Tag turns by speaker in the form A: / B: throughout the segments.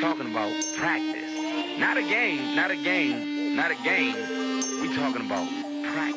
A: talking about practice. Not a game, not a game, not a game. We talking about practice.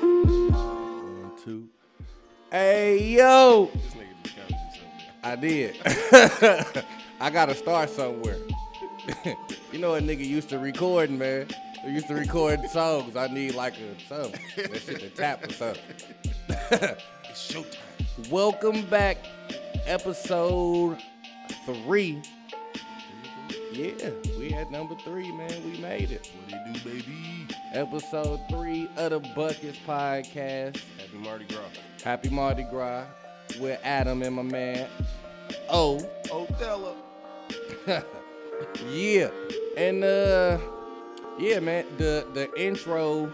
B: One, two.
C: Hey yo,
B: This nigga just got me something.
C: I did. I gotta start somewhere. you know a nigga used to record, man. They used to record songs. I need like a something. That shit to tap or something.
B: It's showtime.
C: Welcome back, episode three. Yeah, we at number three, man. We made it.
B: What it do, baby?
C: Episode three of the Buckets Podcast.
B: Happy Mardi Gras.
C: Happy Mardi Gras with Adam and my man. Oh.
B: Othello.
C: Yeah, and uh, yeah, man. The the intro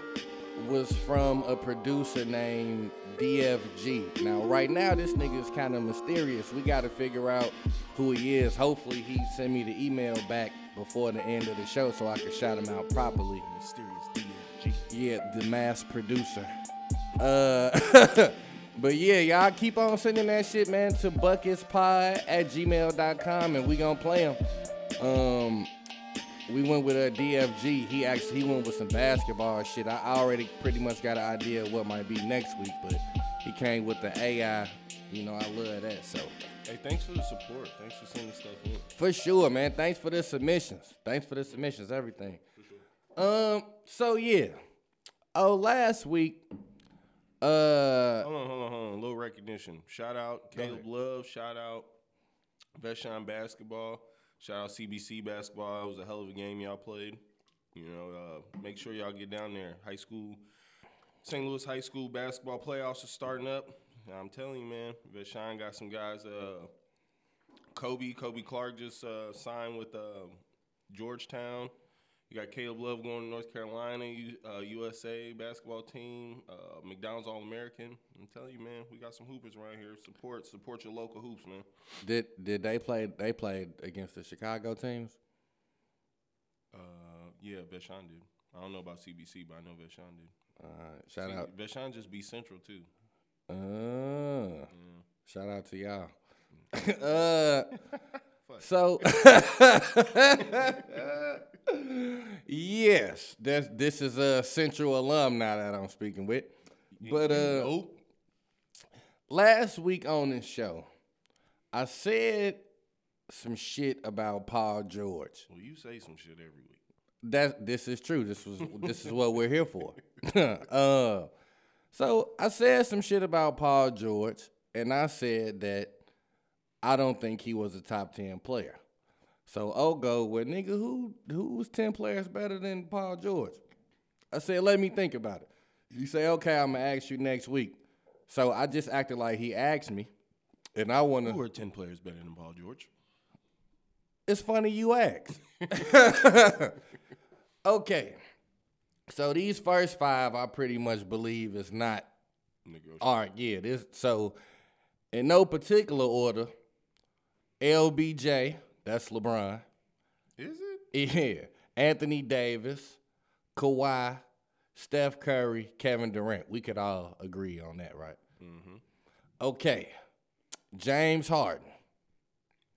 C: was from a producer named DFG. Now, right now, this nigga is kind of mysterious. We got to figure out who he is. Hopefully, he send me the email back before the end of the show so I can shout him out properly.
B: Mysterious DFG.
C: Yeah, the mass producer. Uh, but yeah, y'all keep on sending that shit, man, to bucketspod at gmail.com and we gonna play him. Um, we went with uh, a DFG. He actually he went with some basketball shit. I already pretty much got an idea of what might be next week, but he came with the AI. You know, I love that. So
B: Hey, thanks for the support. Thanks for sending stuff in.
C: for sure, man. Thanks for the submissions. Thanks for the submissions, everything. Um, so yeah. Oh, last week, uh
B: Hold on, hold on, hold on. A little recognition. Shout out Caleb Love. Shout out Veshon Basketball. Shout out CBC Basketball. That was a hell of a game y'all played. You know, uh, make sure y'all get down there. High school, St. Louis High School basketball playoffs are starting up. I'm telling you, man. Veshon got some guys. Uh, Kobe, Kobe Clark just uh, signed with uh, Georgetown. You got Caleb Love going to North Carolina, U- uh, USA basketball team, uh, McDonald's All American. I'm telling you, man, we got some hoopers around here. Support, support your local hoops, man.
C: Did did they play? They played against the Chicago teams.
B: Uh, yeah, Vashon did. I don't know about CBC, but I know Vashon did.
C: Uh, shout out,
B: Vashon just beat Central too.
C: uh, shout out to y'all. uh, so yes, that's this is a Central alum now that I'm speaking with. But uh,
B: oh,
C: last week on this show, I said some shit about Paul George.
B: well, you say some shit every week.
C: that this is true. This was this is what we're here for. uh, so I said some shit about Paul George, and I said that I don't think he was a top ten player. So Ogo, well, nigga, who who's ten players better than Paul George? I said, let me think about it. You say, okay, I'm gonna ask you next week. So I just acted like he asked me, and I wanna.
B: Who are ten players better than Paul George?
C: It's funny you ask. okay. So these first five I pretty much believe is not
B: Nigga,
C: all right, yeah, this so in no particular order, LBJ, that's LeBron.
B: is it?
C: Yeah. Anthony Davis, Kawhi, Steph Curry, Kevin Durant. We could all agree on that, right? Okay. James Harden.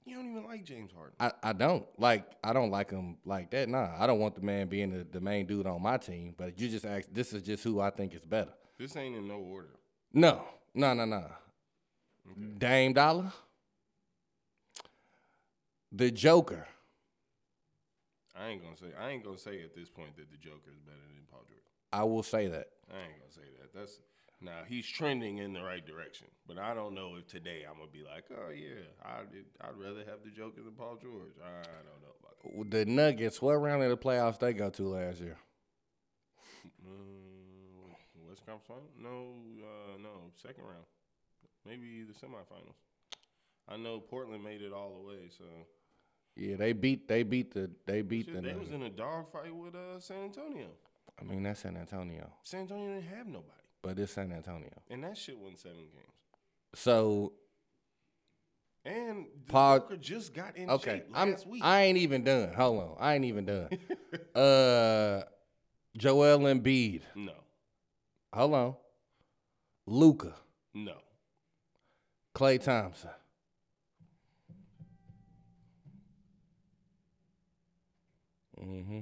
B: You don't even like James Harden.
C: I, I don't like I don't like him like that. Nah, I don't want the man being the, the main dude on my team. But you just asked. This is just who I think is better.
B: This ain't in no order.
C: No, no, no, no. Dame Dollar, the Joker.
B: I ain't gonna say. I ain't gonna say at this point that the Joker is better than Paul George.
C: I will say that.
B: I ain't gonna say that. That's Now he's trending in the right direction, but I don't know if today I'm gonna be like, oh yeah, I I'd rather have the Joker than Paul George. I don't know about that.
C: The Nuggets, what round of the playoffs they go to last year?
B: Um, West Conference final? No, uh, no, second round, maybe the semifinals. I know Portland made it all the way, so
C: Yeah, they beat they beat the they beat
B: Shit,
C: the
B: they was
C: Nuggets.
B: in a dogfight with uh, San Antonio.
C: I mean that's San Antonio,
B: San Antonio didn't have nobody,
C: but it's San Antonio.
B: and that shit won seven games.
C: So
B: And the
C: Paul-
B: Joker just got in
C: okay,
B: shape
C: I'm
B: last week.
C: I ain't even done. Hold on, I ain't even done. uh, Joel Embiid,
B: no,
C: hold on. Luca,
B: no,
C: Clay Thompson. Mm-hmm.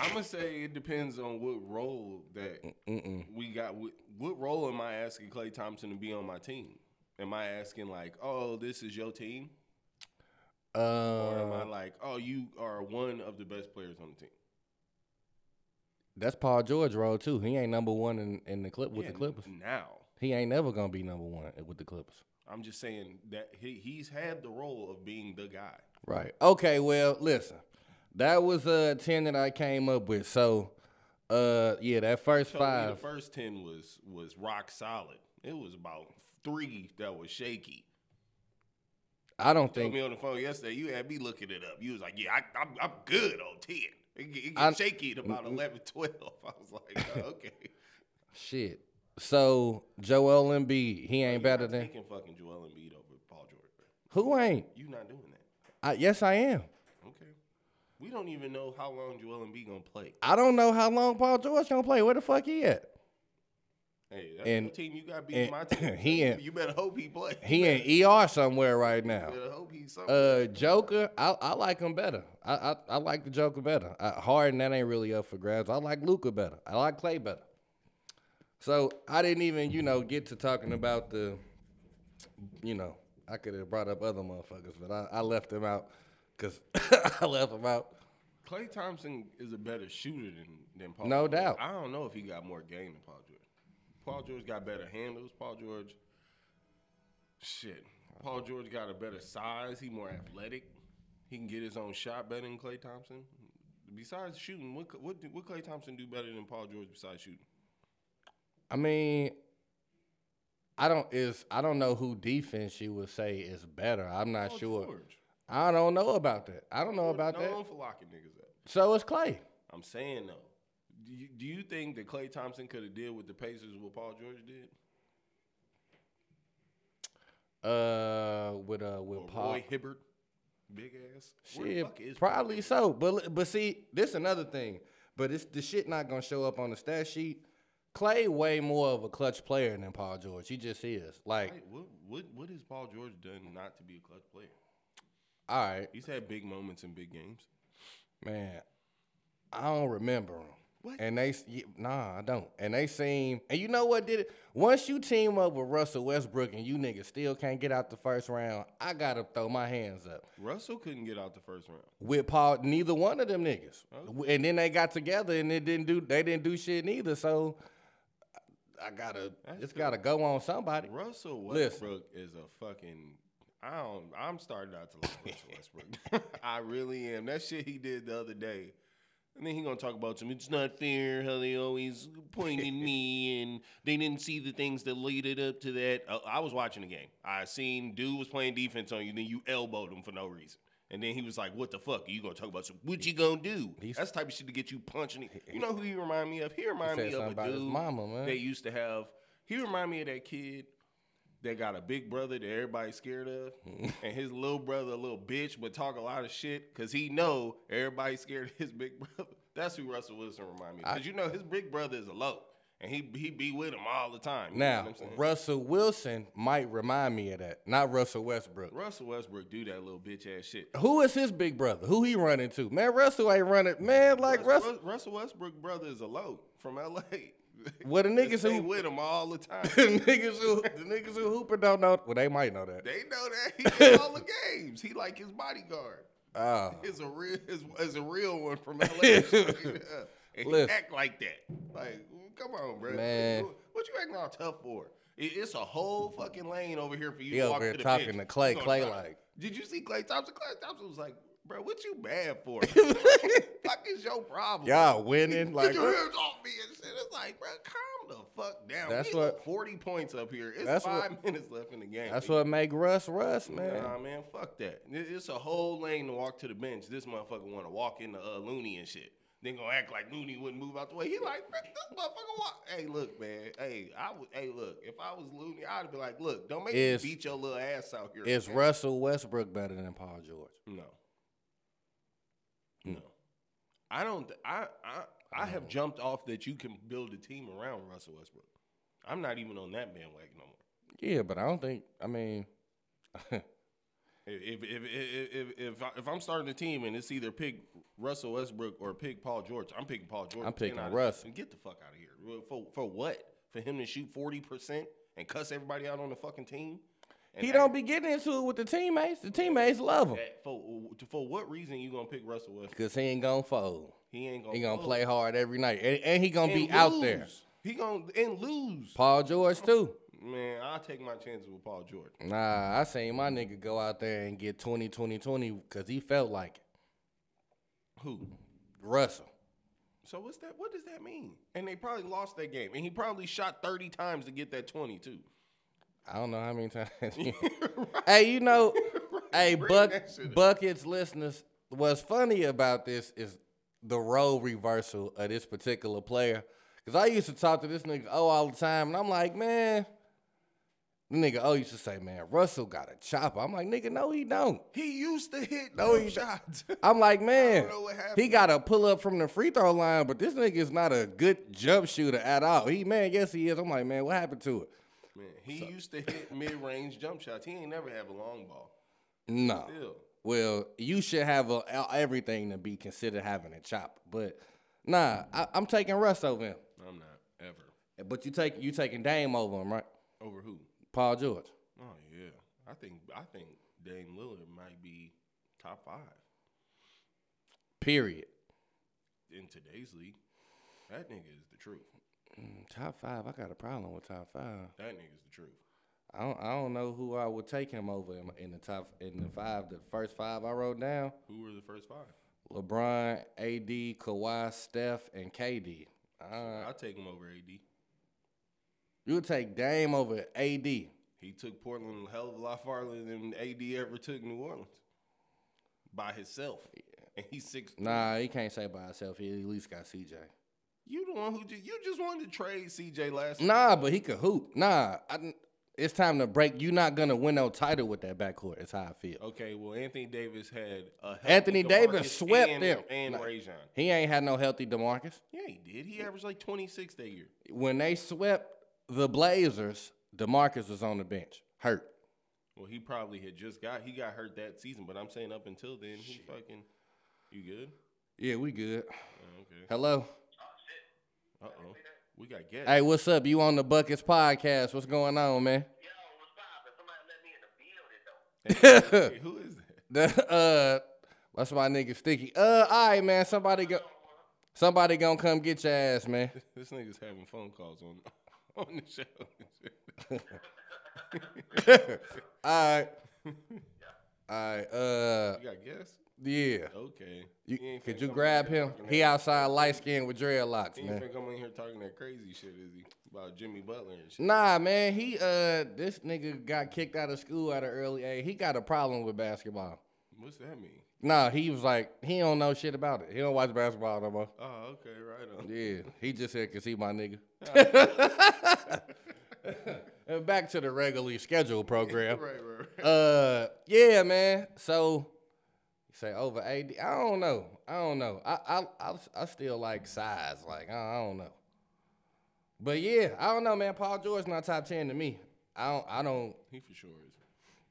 B: I'm gonna say it depends on what role that
C: Mm-mm.
B: we got. What, what role am I asking Clay Thompson to be on my team? Am I asking like, oh, this is your team, or am I
C: Uh,
B: like, oh, you are one of the best players on the team?
C: that's Paul George role too. He ain't number one in, in the clip with
B: Yeah,
C: the Clippers.
B: now.
C: He ain't never gonna be number one with the Clippers.
B: I'm just saying that he, he's had the role of being the guy.
C: Right. Okay, well, listen. That was uh ten that I came up with. So uh yeah, that first
B: Told me
C: five.
B: The first ten was was rock solid. It was about three that was shaky.
C: I don't
B: Told
C: think
B: me on the phone yesterday. You had me looking it up. You was like, "Yeah, I, I'm, I'm good on ten. It get, it get
C: I-
B: shaky at about 11, 12. I was like, oh, "Okay."
C: shit. So Joel Embiid, he ain't better than
B: taking fucking Joel Embiid over Paul George. Bro.
C: who ain't?
B: You not doing that?
C: I, yes, I am.
B: Okay. We don't even know how long Joel Embiid gonna play.
C: I don't know how long Paul George gonna play. Where the fuck he at?
B: Hey, that's
C: And-
B: your team you got beating
C: and
B: my team.
C: he
B: you,
C: ain't-
B: you better hope he plays.
C: He in ER somewhere right now.
B: better hope he's something.
C: Uh, Joker, I, I like him better. I, I, I like the Joker better. I, Harden, that ain't really up for grabs. I like Luca better. I like Clay better. So I didn't even, you know, get to talking about the, you know, I could have brought up other motherfuckers, but I, I left them out because I left them out.
B: Clay Thompson is a better shooter than than Paul.
C: No
B: George.
C: doubt.
B: I don't know if he got more game than Paul George. Paul George got better handles. Paul George, shit. Paul George got a better size. He more athletic. He can get his own shot better than Clay Thompson. Besides shooting, what what do- what Clay Thompson do better than Paul George besides shooting?
C: I mean, I don't is I don't know who defense you would say is better. I'm not
B: Paul
C: sure.
B: George.
C: I don't know about that. I don't know about
B: known
C: that.
B: for locking niggas up.
C: So it's Clay.
B: I'm saying though, do you, do you think that Clay Thompson could have did with the Pacers what Paul George did?
C: Uh, with uh with
B: Or
C: Paul.
B: Roy Hibbert, big ass. Where the
C: Shit,
B: fuck is Roy
C: probably so. But li- but see, this another thing. But it's the shit not gonna show up on the stat sheet. Clay way more of a clutch player than Paul George. He just is. Like,
B: Right, What what what has Paul George done not to be a clutch player?
C: all right,
B: He's had big moments in big games.
C: man, I don't remember him.
B: What?
C: And they, s- y- nah, I don't. And they seem, and you know what did it? Once you team up with Russell Westbrook and you niggas still can't get out the first round, I gotta throw my hands up.
B: Russell couldn't get out the first round.
C: with Paul, neither one of them niggas. And then they got together and it didn't do they didn't do shit neither. So I gotta
B: That's
C: it's gotta go on somebody.
B: Russell
C: Listen.
B: Westbrook is a fucking. I don't. I'm starting out to like Russell Westbrook. I really am. That shit he did the other day. And then he gonna talk about some. It's not fair how they always pointed me, and they didn't see the things that leaded up to that. Uh, I was watching the game. I seen dude was playing defense on you, then you elbowed him for no reason. And then he was like, "What the fuck? Are you gonna talk about some? What you gonna do? That's the type of shit to get you punching." You know who he remind me of? He remind
C: said
B: me of
C: something
B: a
C: about his
B: dude
C: mama, man.
B: they used to have. He remind me of that kid that got a big brother that everybody's scared of, and his little brother a little bitch, but talk a lot of shit because he know everybody's scared of his big brother. That's who Russell Wilson remind me because you know his big brother is a low, and he he be with him all the time. You know
C: Now,
B: what I'm saying?
C: Russell Wilson might remind me of that, not Russell Westbrook.
B: Russell Westbrook do that little bitch ass shit.
C: Who is his big brother? Who he running to? Man, Russell ain't running. Man, like
B: Russell,
C: Russell,
B: Russell Westbrook brother is a low from L.A.
C: Well, the niggas
B: They
C: who-
B: with him all the time.
C: niggas who the niggas who Hooper don't know. Well, they might know that.
B: They know that he in all the games. He like his bodyguard.
C: Oh,
B: Is a real is, is a real one from LA. Yeah. and he
C: Listen.
B: act like that. Like, come on, bro.
C: Man.
B: What, what you acting all tough for? It, it's a whole fucking lane over here for you.
C: He
B: to
C: over
B: walk
C: here
B: to the
C: talking
B: bench.
C: to Clay.
B: You gonna
C: Clay
B: try-
C: like-
B: Did you see Clay Thompson? Clay Thompson was like, bro, what you mad for? fuck is your problem?
C: Y'all winning
B: Get
C: like
B: your hands off me and shit. It's like, bro, calm the fuck down.
C: That's
B: we up
C: what-
B: forty points up here. It's
C: that's what-
B: five minutes left in the game.
C: that's what make Russ Russ, man.
B: Nah, man, fuck that. It- It's a whole lane to walk to the bench. This motherfucker want to walk into uh, Looney and shit. Then gonna act like Looney wouldn't move out the way. He like, "Man, this motherfucker walk. Hey, look, man. Hey, I would. Hey, look. If I was Looney, I'd be like, look, don't make
C: Is-
B: me beat your little ass out here.
C: Is Russell Westbrook better than Paul George?
B: No. No. I don't. I I I have jumped off that you can build a team around Russell Westbrook. I'm not even on that bandwagon no more.
C: Yeah, but I don't think. I mean,
B: If if if if if, if, I, if I'm starting a team and it's either pick Russell Westbrook or pick Paul George, I'm picking Paul George.
C: I'm picking
B: Get out-
C: Russ.
B: Get the fuck out of here. Well, For for what? For him to shoot forty percent and cuss everybody out on the fucking team? And
C: he
B: act-
C: don't be getting into it with the teammates. The teammates love him
B: that- for for what reason you gonna pick Russell Westbrook?
C: because he ain't gonna fold.
B: He ain't gonna
C: He gonna
B: go.
C: play hard every night, and, Oh, and he gonna
B: And
C: be out there.
B: lose. He gonna and lose.
C: Paul George too.
B: Man, I'll take my chances with Paul George.
C: Nah, I seen my nigga go out there and get 20, 20, 20 because he felt like it.
B: Who?
C: Russell.
B: So what's that? What does that mean? And they probably lost that game, and he probably shot thirty times to get that twenty too.
C: I don't know how many times. hey, you know, hey,
B: Bring
C: Buck,
B: that shit up.
C: Buckets listeners, what's funny about this is the role reversal of this particular player. Because I used to talk to this nigga O all the time, and I'm like, man, the nigga O used to say, man, Russell got a chopper. I'm like, nigga, no, he don't.
B: He used to hit
C: No,
B: no
C: he don't.
B: shots.
C: I'm like, man,
B: don't know what
C: he
B: happened.
C: got a pull up from the free throw line, but this nigga is not a good jump shooter at all. He, man, yes, he is. I'm like, man, what happened to it?
B: Man, he used to hit mid-range jump shots. He ain't never have a long ball.
C: No.
B: Still,
C: Well, you should have a, a- everything to be considered having a chopper, but nah, I, I'm taking Russ over him.
B: I'm not ever
C: But you take you taking Dame over him, right?
B: over who.
C: Paul George.
B: Oh yeah, I think I think Dame Lillard might be top five
C: Period.
B: in today's league. That nigga is the truth.
C: Mm, Top five. I got a problem with top five.
B: That nigga is the truth.
C: I don't, I don't know who I would take him over in, in the top in the five. The first five I wrote down:
B: Who were the first five?
C: LeBron, AD, Kawhi, Steph, and KD. Uh,
B: I'll take him over AD.
C: you would take Dame over AD.
B: He took Portland a hell of a lot farther than AD ever took New Orleans by himself. And he's six.
C: Nah, he can't say by himself. He at least got CJ.
B: You the one who just, you just wanted to trade CJ last year.
C: Nah, but he could hoop. Nah, I didn't- it's time to break. You're not gonna win no title with that backcourt. It's how I feel.
B: Okay, well Anthony Davis had a healthy
C: Anthony Davis
B: DeMarcus
C: swept
B: and,
C: them.
B: and
C: Nah.
B: Rajon.
C: He ain't had no healthy Demarcus.
B: Yeah, he did. He averaged like twenty six that year.
C: When they swept the Blazers, Demarcus was on the bench, hurt.
B: Well, he probably had just got he got hurt that season, but I'm saying up until then, he fucking. You good?
C: Yeah, we good.
B: Oh, okay.
C: Hello.
B: Uh oh, we got guests.
C: Hey, what's up? You on the Buckets podcast? What's going on, man?
B: Hey, who is that?
C: The, uh, that's my nigga Sticky. Uh, all right, man. Somebody go. Somebody gonna come get your ass, man.
B: This nigga's having phone calls on on the show.
C: All right. All right. Uh,
B: You got guests?
C: yeah.
B: Okay.
C: You,
B: He ain't
C: could
B: finna
C: you
B: come in
C: grab
B: here
C: him?
B: talking
C: He
B: that-
C: outside light skinned with dreadlocks,
B: He ain't
C: man.
B: finna come in here talking that crazy shit, is he? About Jimmy Butler and shit.
C: Nah, man. He uh, this nigga got kicked out of school at an early age. He got a problem with basketball.
B: What's that mean?
C: Nah, he was like, he don't know shit about it. He don't watch basketball no more.
B: Oh, okay, right on.
C: Yeah, he just here cause he my nigga.
B: Ah.
C: and back to the regularly scheduled program.
B: Right, right, right.
C: Uh, yeah, man. So you say over AD? I don't know. I don't know. I I I, I still like size. Like I, I don't know. But yeah, I don't know, man. Paul George not top ten to me. I don't. I don't.
B: He for sure is.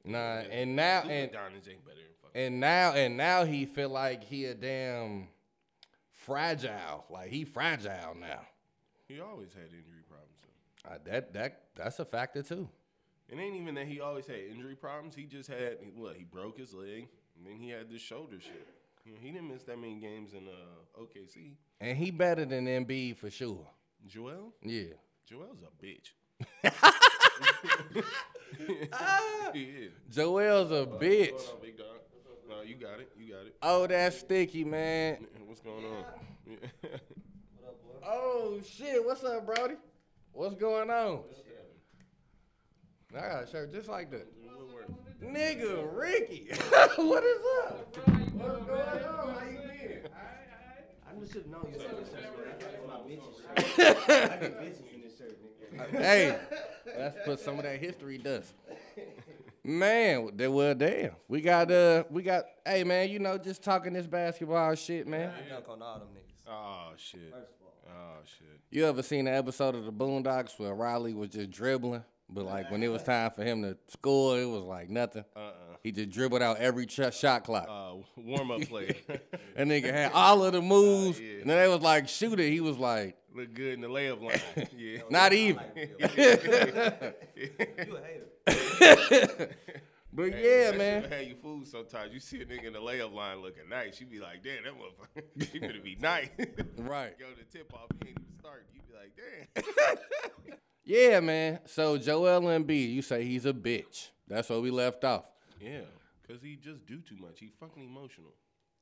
C: Nah. And now Uh, and
B: Adonis ain't better than fucking.
C: and now and now he feel like he a damn fragile. Like he fragile now.
B: He always had injury problems. Though.
C: Uh, that that that's a factor too.
B: It ain't even that he always had injury problems. He just had what he broke his leg, and then he had this shoulder shit. Yeah, he didn't miss that many games in uh, OKC.
C: And he better than Embiid for sure.
B: Joel,
C: Yeah.
B: Joel's a bitch. he is.
C: Joel's a bitch.
B: Hold on, big dog. No, you got it. You got it.
C: Oh, that's sticky, man.
B: What's going on? Yeah.
C: Oh shit, what's up, Brody? What's going on? I got a shirt just like that. Nigga, Ricky. what is up? What's going on? How you been?
D: I just should know you said this shirt. man. That's my bitches shirt. I get bitches in this shirt, nigga.
C: hey, let's put some of that history dust. Man, they well damn. We got uh we got hey man, you know, just talking this basketball shit, man.
D: I dunk on all them niggas.
B: Oh shit.
D: First of all,
B: Oh shit.
C: You ever seen an episode of the Boondocks where Riley was just dribbling? But like when it was time for him to score, it was like nothing.
B: Uh-uh.
C: He just dribbled out every ch- shot clock.
B: Uh, warm up play.
C: That nigga had all of the moves,
B: Oh, yeah.
C: and then they was like, shoot it. He was like,
B: Look good in the layup line. Oh, Yeah.
C: not even.
D: you a hater.
C: But
B: Hey,
C: yeah,
B: that
C: man.
B: shit Had you fooled sometimes. You see a nigga in the layup line looking nice. You be like, damn, that motherfucker. He better be nice.
C: Right.
B: Go to tip off. He ain't even start. You be like, damn.
C: Yeah, man. So Joel Embiid, you say he's a bitch. That's where we left off.
B: Yeah, cause he just do too much. He fucking emotional,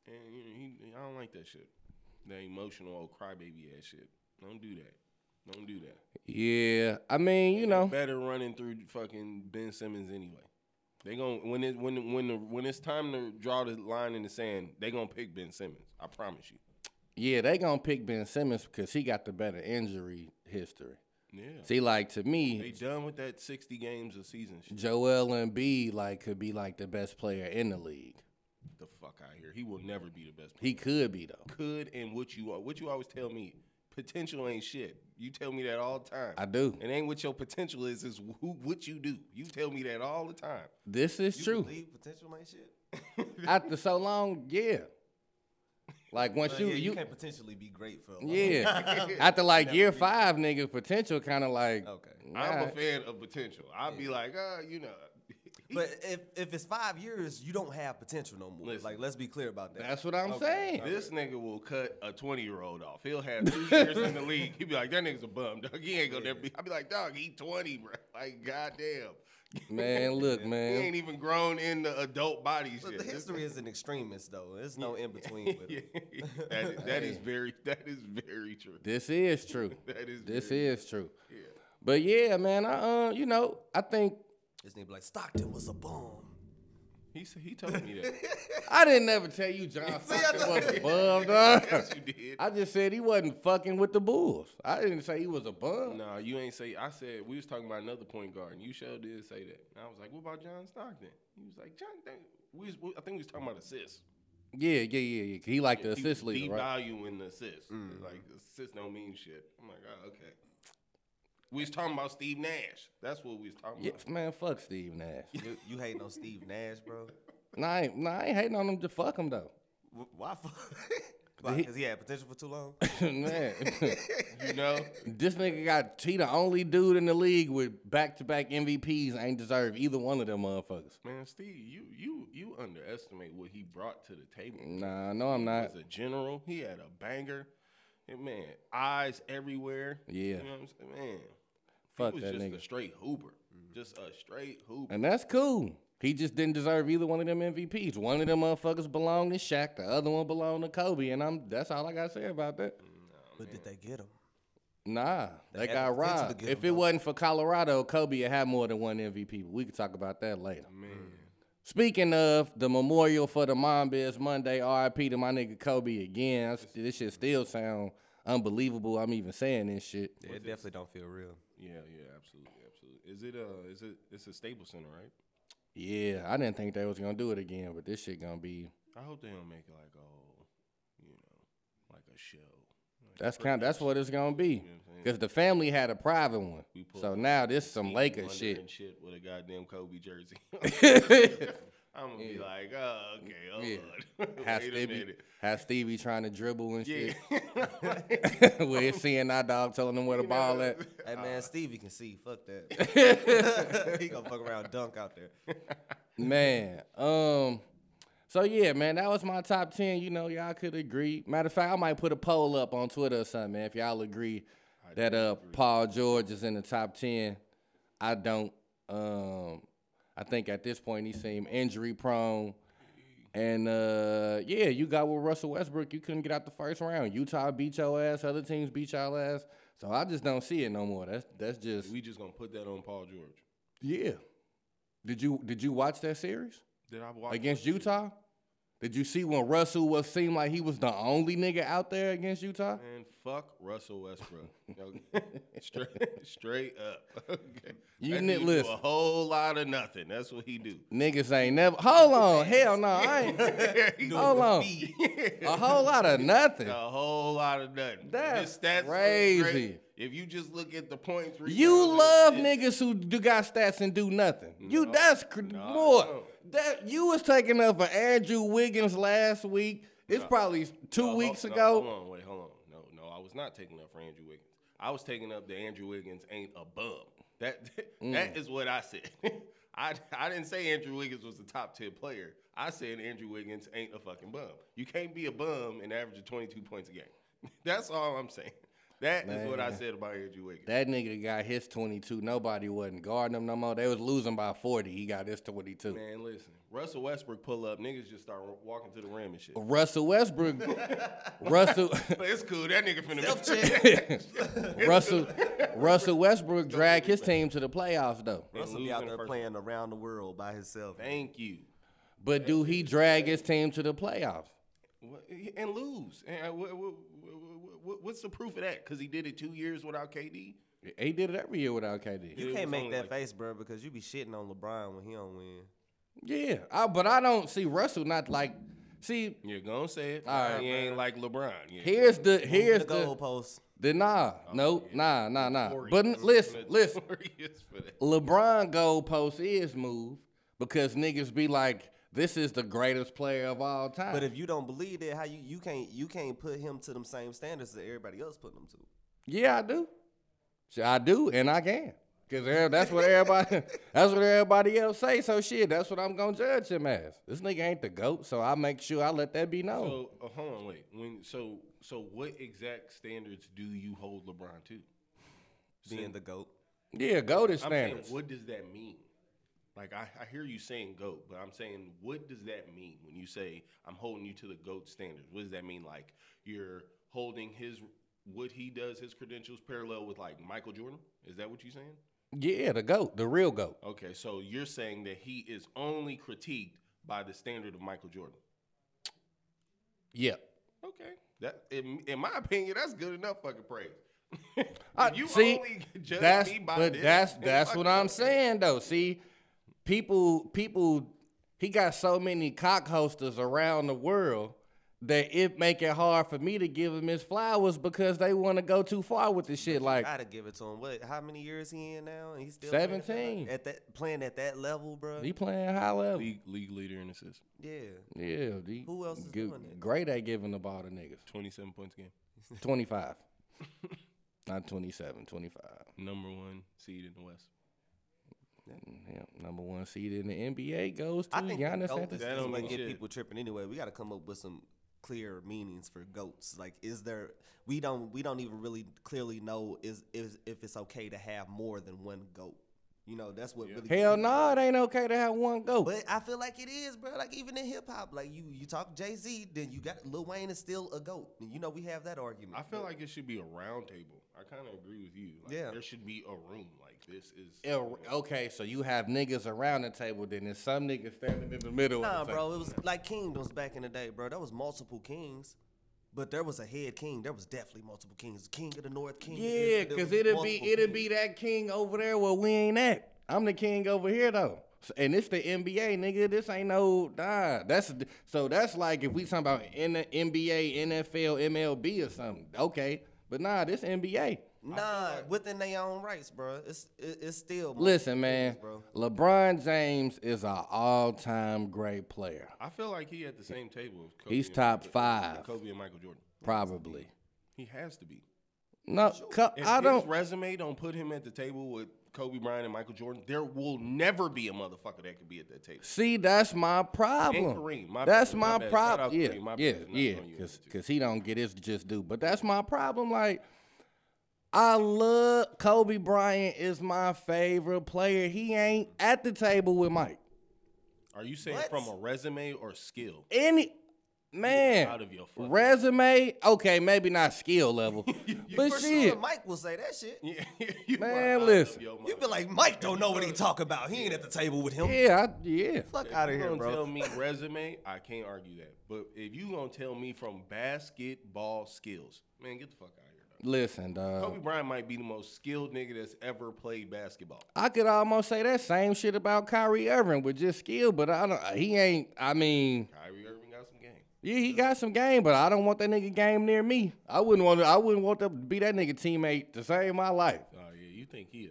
B: and you know, he I don't like that shit. That emotional old crybaby ass shit. Don't do that. Don't do that.
C: Yeah, I mean, you know,
B: Better running through fucking Ben Simmons anyway. They gon' when it when when the when it's time to draw the line in the sand, they gonna pick Ben Simmons. I promise you.
C: yeah, they gonna pick Ben Simmons because he got the better injury history.
B: Yeah.
C: See, like to
B: They
C: me,
B: done with that sixty games of season shit.
C: Joel Embiid like could be like the best player in the league.
B: The fuck out here. He will never be the best. player.
C: He could be though.
B: could and what you are. What you always tell me, potential ain't shit. You tell me that all the time.
C: I do.
B: It ain't what your potential is. It's who what you do. You tell me that all the time.
C: This is
D: You
C: true.
D: believe potential ain't shit?
C: After so long, yeah. Like once
D: But
C: you
D: yeah, you,
C: you
D: can't potentially be great for a long
C: yeah.
D: time.
C: After like year five, nigga, potential kind of like.
D: Okay.
B: I'm a
C: alright.
B: fan of potential. I'd be like, uh, you know,
D: But if, if it's five years, you don't have potential no more.
B: Listen.
D: like, let's be clear about that.
C: That's what I'm
D: Okay.
C: saying.
B: this nigga will cut a 20 year old off. He'll have two years in the league. He'd be like, that nigga's a bum, dog. He ain't gonna never be. I'd be like, dog, he 20, bro. Like, goddamn.
C: Man, look,
B: He ain't
C: man.
B: even grown in the adult body
D: But
B: shit.
D: the history is an extremist, though. There's no in between with it.
B: that, that is very that is very true.
C: This is true.
B: That is
C: This
B: very-
C: is true. But yeah, man. I uh, you know, I think
D: This nigga be like, Stockton was a bomb.
B: He said he told me that.
C: I didn't ever tell you John Stockton was above, dog.
B: yes, you did.
C: I just said he wasn't fucking with the Bulls. I didn't say he was a bum.
B: No, you ain't say. I said we was talking about another point guard, and you sure did say that. And I was like, "What about John Stockton?" He was like, "John, that- we, was, we- I think we was talking about assists.
C: Yeah, yeah, yeah, yeah. He liked the
B: He
C: assist
B: was
C: leader, right?
B: Devaluing the assists, like assists don't mean shit. I'm like, oh, okay. We was talking about Steve Nash. That's what we was talking
C: Yeah,
B: about.
C: man, fuck Steve Nash.
D: You, you hating on Steve Nash, bro?
C: Nah, I ain't, nah, I ain't hating on him. Just fuck him though.
D: Wh- Why? Because
C: he-
D: he, had potential for too long?
C: man,
B: You know,
C: this nigga got he the only dude in the league with back to back MVPs. Ain't deserve either one of them motherfuckers.
B: man, Steve, you you you underestimate what he brought to the table.
C: Nah, no, I'm
B: He
C: not.
B: was a general. He had a banger. And man, eyes everywhere.
C: Yeah.
B: You know what I'm saying? Man.
C: Fuck
B: he was
C: that
B: just
C: nigga.
B: a straight hooper. Just a straight hooper.
C: And that's cool. He just didn't deserve either one of them MVPs. One of them motherfuckers belonged to Shaq. The other one belonged to Kobe. And I'm that's all I gotta say about that.
D: but did they get him?
C: Nah, they,
D: They had
C: got
D: the potential to
C: robbed.
D: get
C: If
D: him,
C: it
D: though.
C: wasn't for Colorado, Kobe would have more than one MVP. But we can talk about that later.
B: man.
C: Speaking of the memorial for the Mombez Monday, RIP to my nigga Kobe again. I s- This shit still sound unbelievable. I'm even saying this shit.
D: Yeah, it definitely don't feel real.
B: Yeah, yeah, absolutely, absolutely. Is it uh is it it's a Staples Center, right?
C: Yeah, I didn't think they was gonna do it again, but this shit gonna be.
B: I hope they don't make it like oh, you know, like a show. Like,
C: That's kind. That's what it's gonna be. Cause the family had a private one,
B: We pull
C: so
B: up
C: now this some
B: Wonder
C: Lakers
B: and
C: shit.
B: shit with a goddamn Kobe jersey. I'm gonna be like, oh, okay, oh
C: Yeah.
B: Lord.
C: Have
B: Wait a
C: Stevie,
B: minute.
C: have Stevie trying to dribble and
B: Yeah.
C: shit. Where it's seeing our dog telling him where the ball at.
D: Hey, man, Stevie can see. Fuck that. he gonna fuck around dunk out there.
C: Man, um, So yeah, man, that was my top ten. You know, y'all could agree. Matter of fact, I might put a poll up on Twitter or something, man, if y'all agree that uh Paul George is in the top ten. I don't. Um, I think at this point he seemed injury prone. And uh, yeah, you got with Russell Westbrook. You couldn't get out the first round. Utah beat your ass. Other teams beat y'all ass. So I just don't see it no more. That's that's just
B: We just gonna put that on Paul George.
C: yeah. Did you did you watch that series
B: Did I watch
C: against Utah? Did you see when Russell was seemed like he was the only nigga out there against Utah?
B: And fuck Russell Westbrook. Yo, straight, straight up. Okay.
C: You
B: That
C: nit-
B: dude do
C: listen.
B: a whole lot of nothing. That's what he do.
C: Niggas ain't never. Hold on, hell no, I ain't. Hold on, a whole lot of nothing.
B: a whole lot of nothing.
C: That's
B: His stats look
C: crazy.
B: great. If you just look at the points,
C: You
B: rebounds,
C: love
B: and-
C: niggas who do got stats and do nothing. You
B: No,
C: that's cr-
B: no, I
C: more.
B: don't.
C: That you was taking up for Andrew Wiggins last week. It's probably two
B: No, hol-
C: weeks
B: no,
C: ago.
B: Hold on, wait, hold on. No, no, I was not taking up for Andrew Wiggins. I was taking up that Andrew Wiggins ain't a bum. That
C: Mm.
B: that is what I said. I I didn't say Andrew Wiggins was the top ten player. I said Andrew Wiggins ain't a fucking bum. You can't be a bum and average twenty two points a game. That's all I'm saying. That is what I
C: Man.
B: said about Andrew Wiggins.
C: That nigga got his 22. Nobody wasn't guarding him no more. They was losing by 40. He got his 22.
B: Man, listen. Russell Westbrook pull up, niggas just start walking to the rim and shit.
C: Russell Westbrook. Russell.
B: But it's cool. That nigga finna
D: Self
C: Russell. Russell Westbrook dragged his team to the playoffs though.
B: Russell
D: Russell
B: be
D: be
B: losing out
D: out
B: the there
D: there
B: first
D: playing around the world by himself.
B: Thank you.
C: But do he drag his team to the playoffs?
B: What- and lose. And uh, what, what, what, what- what's the proof of that? Because he did it two years without KD.
C: He did it every year without KD.
B: It
D: You
B: was
D: can't
B: only
D: make that
B: like-
D: face, bro, because you be shitting on LeBron when he don't win.
C: Yeah, I, but I don't see Russell not like. See,
B: You're gonna say it.
C: All right,
B: he ain't like LeBron. Yeah.
C: here's the here's
D: the
C: the,
D: goalpost.
C: the nah, no, nah, nah, nah. But n-
B: Notorious
C: listen,
B: for that.
C: listen.
B: Notorious for that.
C: LeBron goalpost is moved because niggas be like, this is the greatest player of all time.
D: But if you don't believe that, how you you can't you can't put him to them same standards that everybody else putting him to.
C: yeah, I do. So I do, and I can. Cause e- that's what everybody, that's what everybody else say. So shit, that's what I'm gonna judge him as. This nigga ain't the goat, so I make sure I let that be known.
B: So uh, hold on, wait. When so so what exact standards do you hold LeBron to?
D: Being the goat.
C: yeah, goat is
B: I'm saying,
C: standards.
B: what does that mean? Like I, I hear you saying goat, but I'm saying what does that mean when you say I'm holding you to the goat standards? What does that mean? Like you're holding his what he does, his credentials parallel with like Michael Jordan? Is that what you're saying?
C: Yeah, the goat, the real goat.
B: Okay, so you're saying that he is only critiqued by the standard of Michael Jordan.
C: Yeah.
B: Okay, that in, in my opinion, that's good enough fucking praise.
C: I,
B: If you
C: see,
B: only judge
C: that's,
B: me by
C: but
B: this,
C: that's
B: then
C: that's
B: fuck
C: what
B: it.
C: I'm saying though. See, people people he got so many cock hosters around the world that it make it hard for me to give him his flowers because they want to go too far with this shit. Like
D: Gotta give it to him. What? How many years he in now? And he's still playing at that-
C: 17.
D: at that playing at that level, bro.
C: he playing high level.
B: League, league leader in assists,
D: Yeah.
C: Yeah, he,
D: Who else is
C: good-
D: doing it?
C: Great at giving the ball to niggas.
B: 27 points a game,
C: 25. Not 27, 25.
B: number one seed in the West.
C: Yeah, number one seed in the NBA goes to
D: I think
C: Giannis
D: goat is
C: Antetokounmpo.
B: That don't
D: what
B: mean
D: get
B: shit.
D: people tripping anyway. We got to come up with some clear meanings for goats. Like, is there? We don't. We don't even really clearly know is is if it's okay to have more than one goat. You know, that's what really.
C: Hell no, it ain't okay to have one goat.
D: But I feel like it is, bro. Like even in hip hop, like you you talk Jay Z, then you got Lil Wayne is still a goat. And you know we have that argument.
B: I feel
D: but-
B: like it should be a round table. I kind of agree with you. Like,
D: Yeah.
B: There should be a room. Like, this is.
C: Yeah, r- okay, so you have niggas around the table, then there's some niggas standing in the middle.
D: Nah,
C: of the table.
D: bro, it was like kingdoms back in the day, bro. There was multiple kings, but there was a head king. There was definitely multiple kings. King of the North, king. of this,
C: Yeah,
D: there
C: cause
D: was
C: it'll
D: multiple
C: be it'll
D: kings.
C: be that king over there where we ain't at. I'm the king over here though, So- and it's the NBA, nigga. This ain't no nah. That's so that's like if we talking about in the NBA, NFL, MLB or something. Okay, but nah, this NBA.
D: nah within their own rights, bro. It's it, it's still multiple
C: Listen, man,
D: kings, bro.
C: LeBron James is an all-time great player,
B: I feel like he at the same table. As Kobe
C: He's
B: and
C: top
B: Michael-
C: five.
B: Kobe and Michael Jordan.
C: probably.
B: He has to be.
C: No, co-
B: If
C: I
B: his
C: don't.
B: resume don't put him at the table with Kobe Bryant and Michael Jordan, there will never be a motherfucker that could be at that table.
C: See, that's my problem.
B: And Kareem, my
C: that's
B: bad,
C: my,
B: my bad. Shout out
C: problem. Yeah,
B: Kareem, my
C: yeah,
B: bad. Not
C: yeah.
B: on you,
C: Because
B: Angie.
C: he don't get his just due. But that's my problem. Like, I love Kobe Bryant is my favorite player. He ain't at the table with Mike.
B: Are you saying
D: What?
B: from a resume or skill?
C: Any man
B: out of your fucking-
C: resume. Okay, maybe not skill level, but
D: For
C: shit.
D: sure, Mike will say that shit.
B: Yeah, you
C: Man,
B: are out of
C: listen.
B: your mind.
D: You be like, Mike don't know what he talking about. He ain't at the table with him.
C: Yeah, I, yeah.
D: Fuck out of
B: you
D: here,
B: gonna tell
D: bro.
B: me resume? I can't argue that. But if you gonna tell me from basketball skills, man, get the fuck out of here. dog.
C: Listen, dog.
B: Kobe Bryant might be the most skilled nigga that's ever played basketball.
C: I could almost say that same shit about Kyrie Irving with just skill, but I don't. He ain't. I mean,
B: Kyrie Irving got some game.
C: yeah, he got some game, but I don't want that nigga game near me. I wouldn't want. To, I wouldn't want to be that nigga teammate to save my life.
B: Oh yeah, you think he a,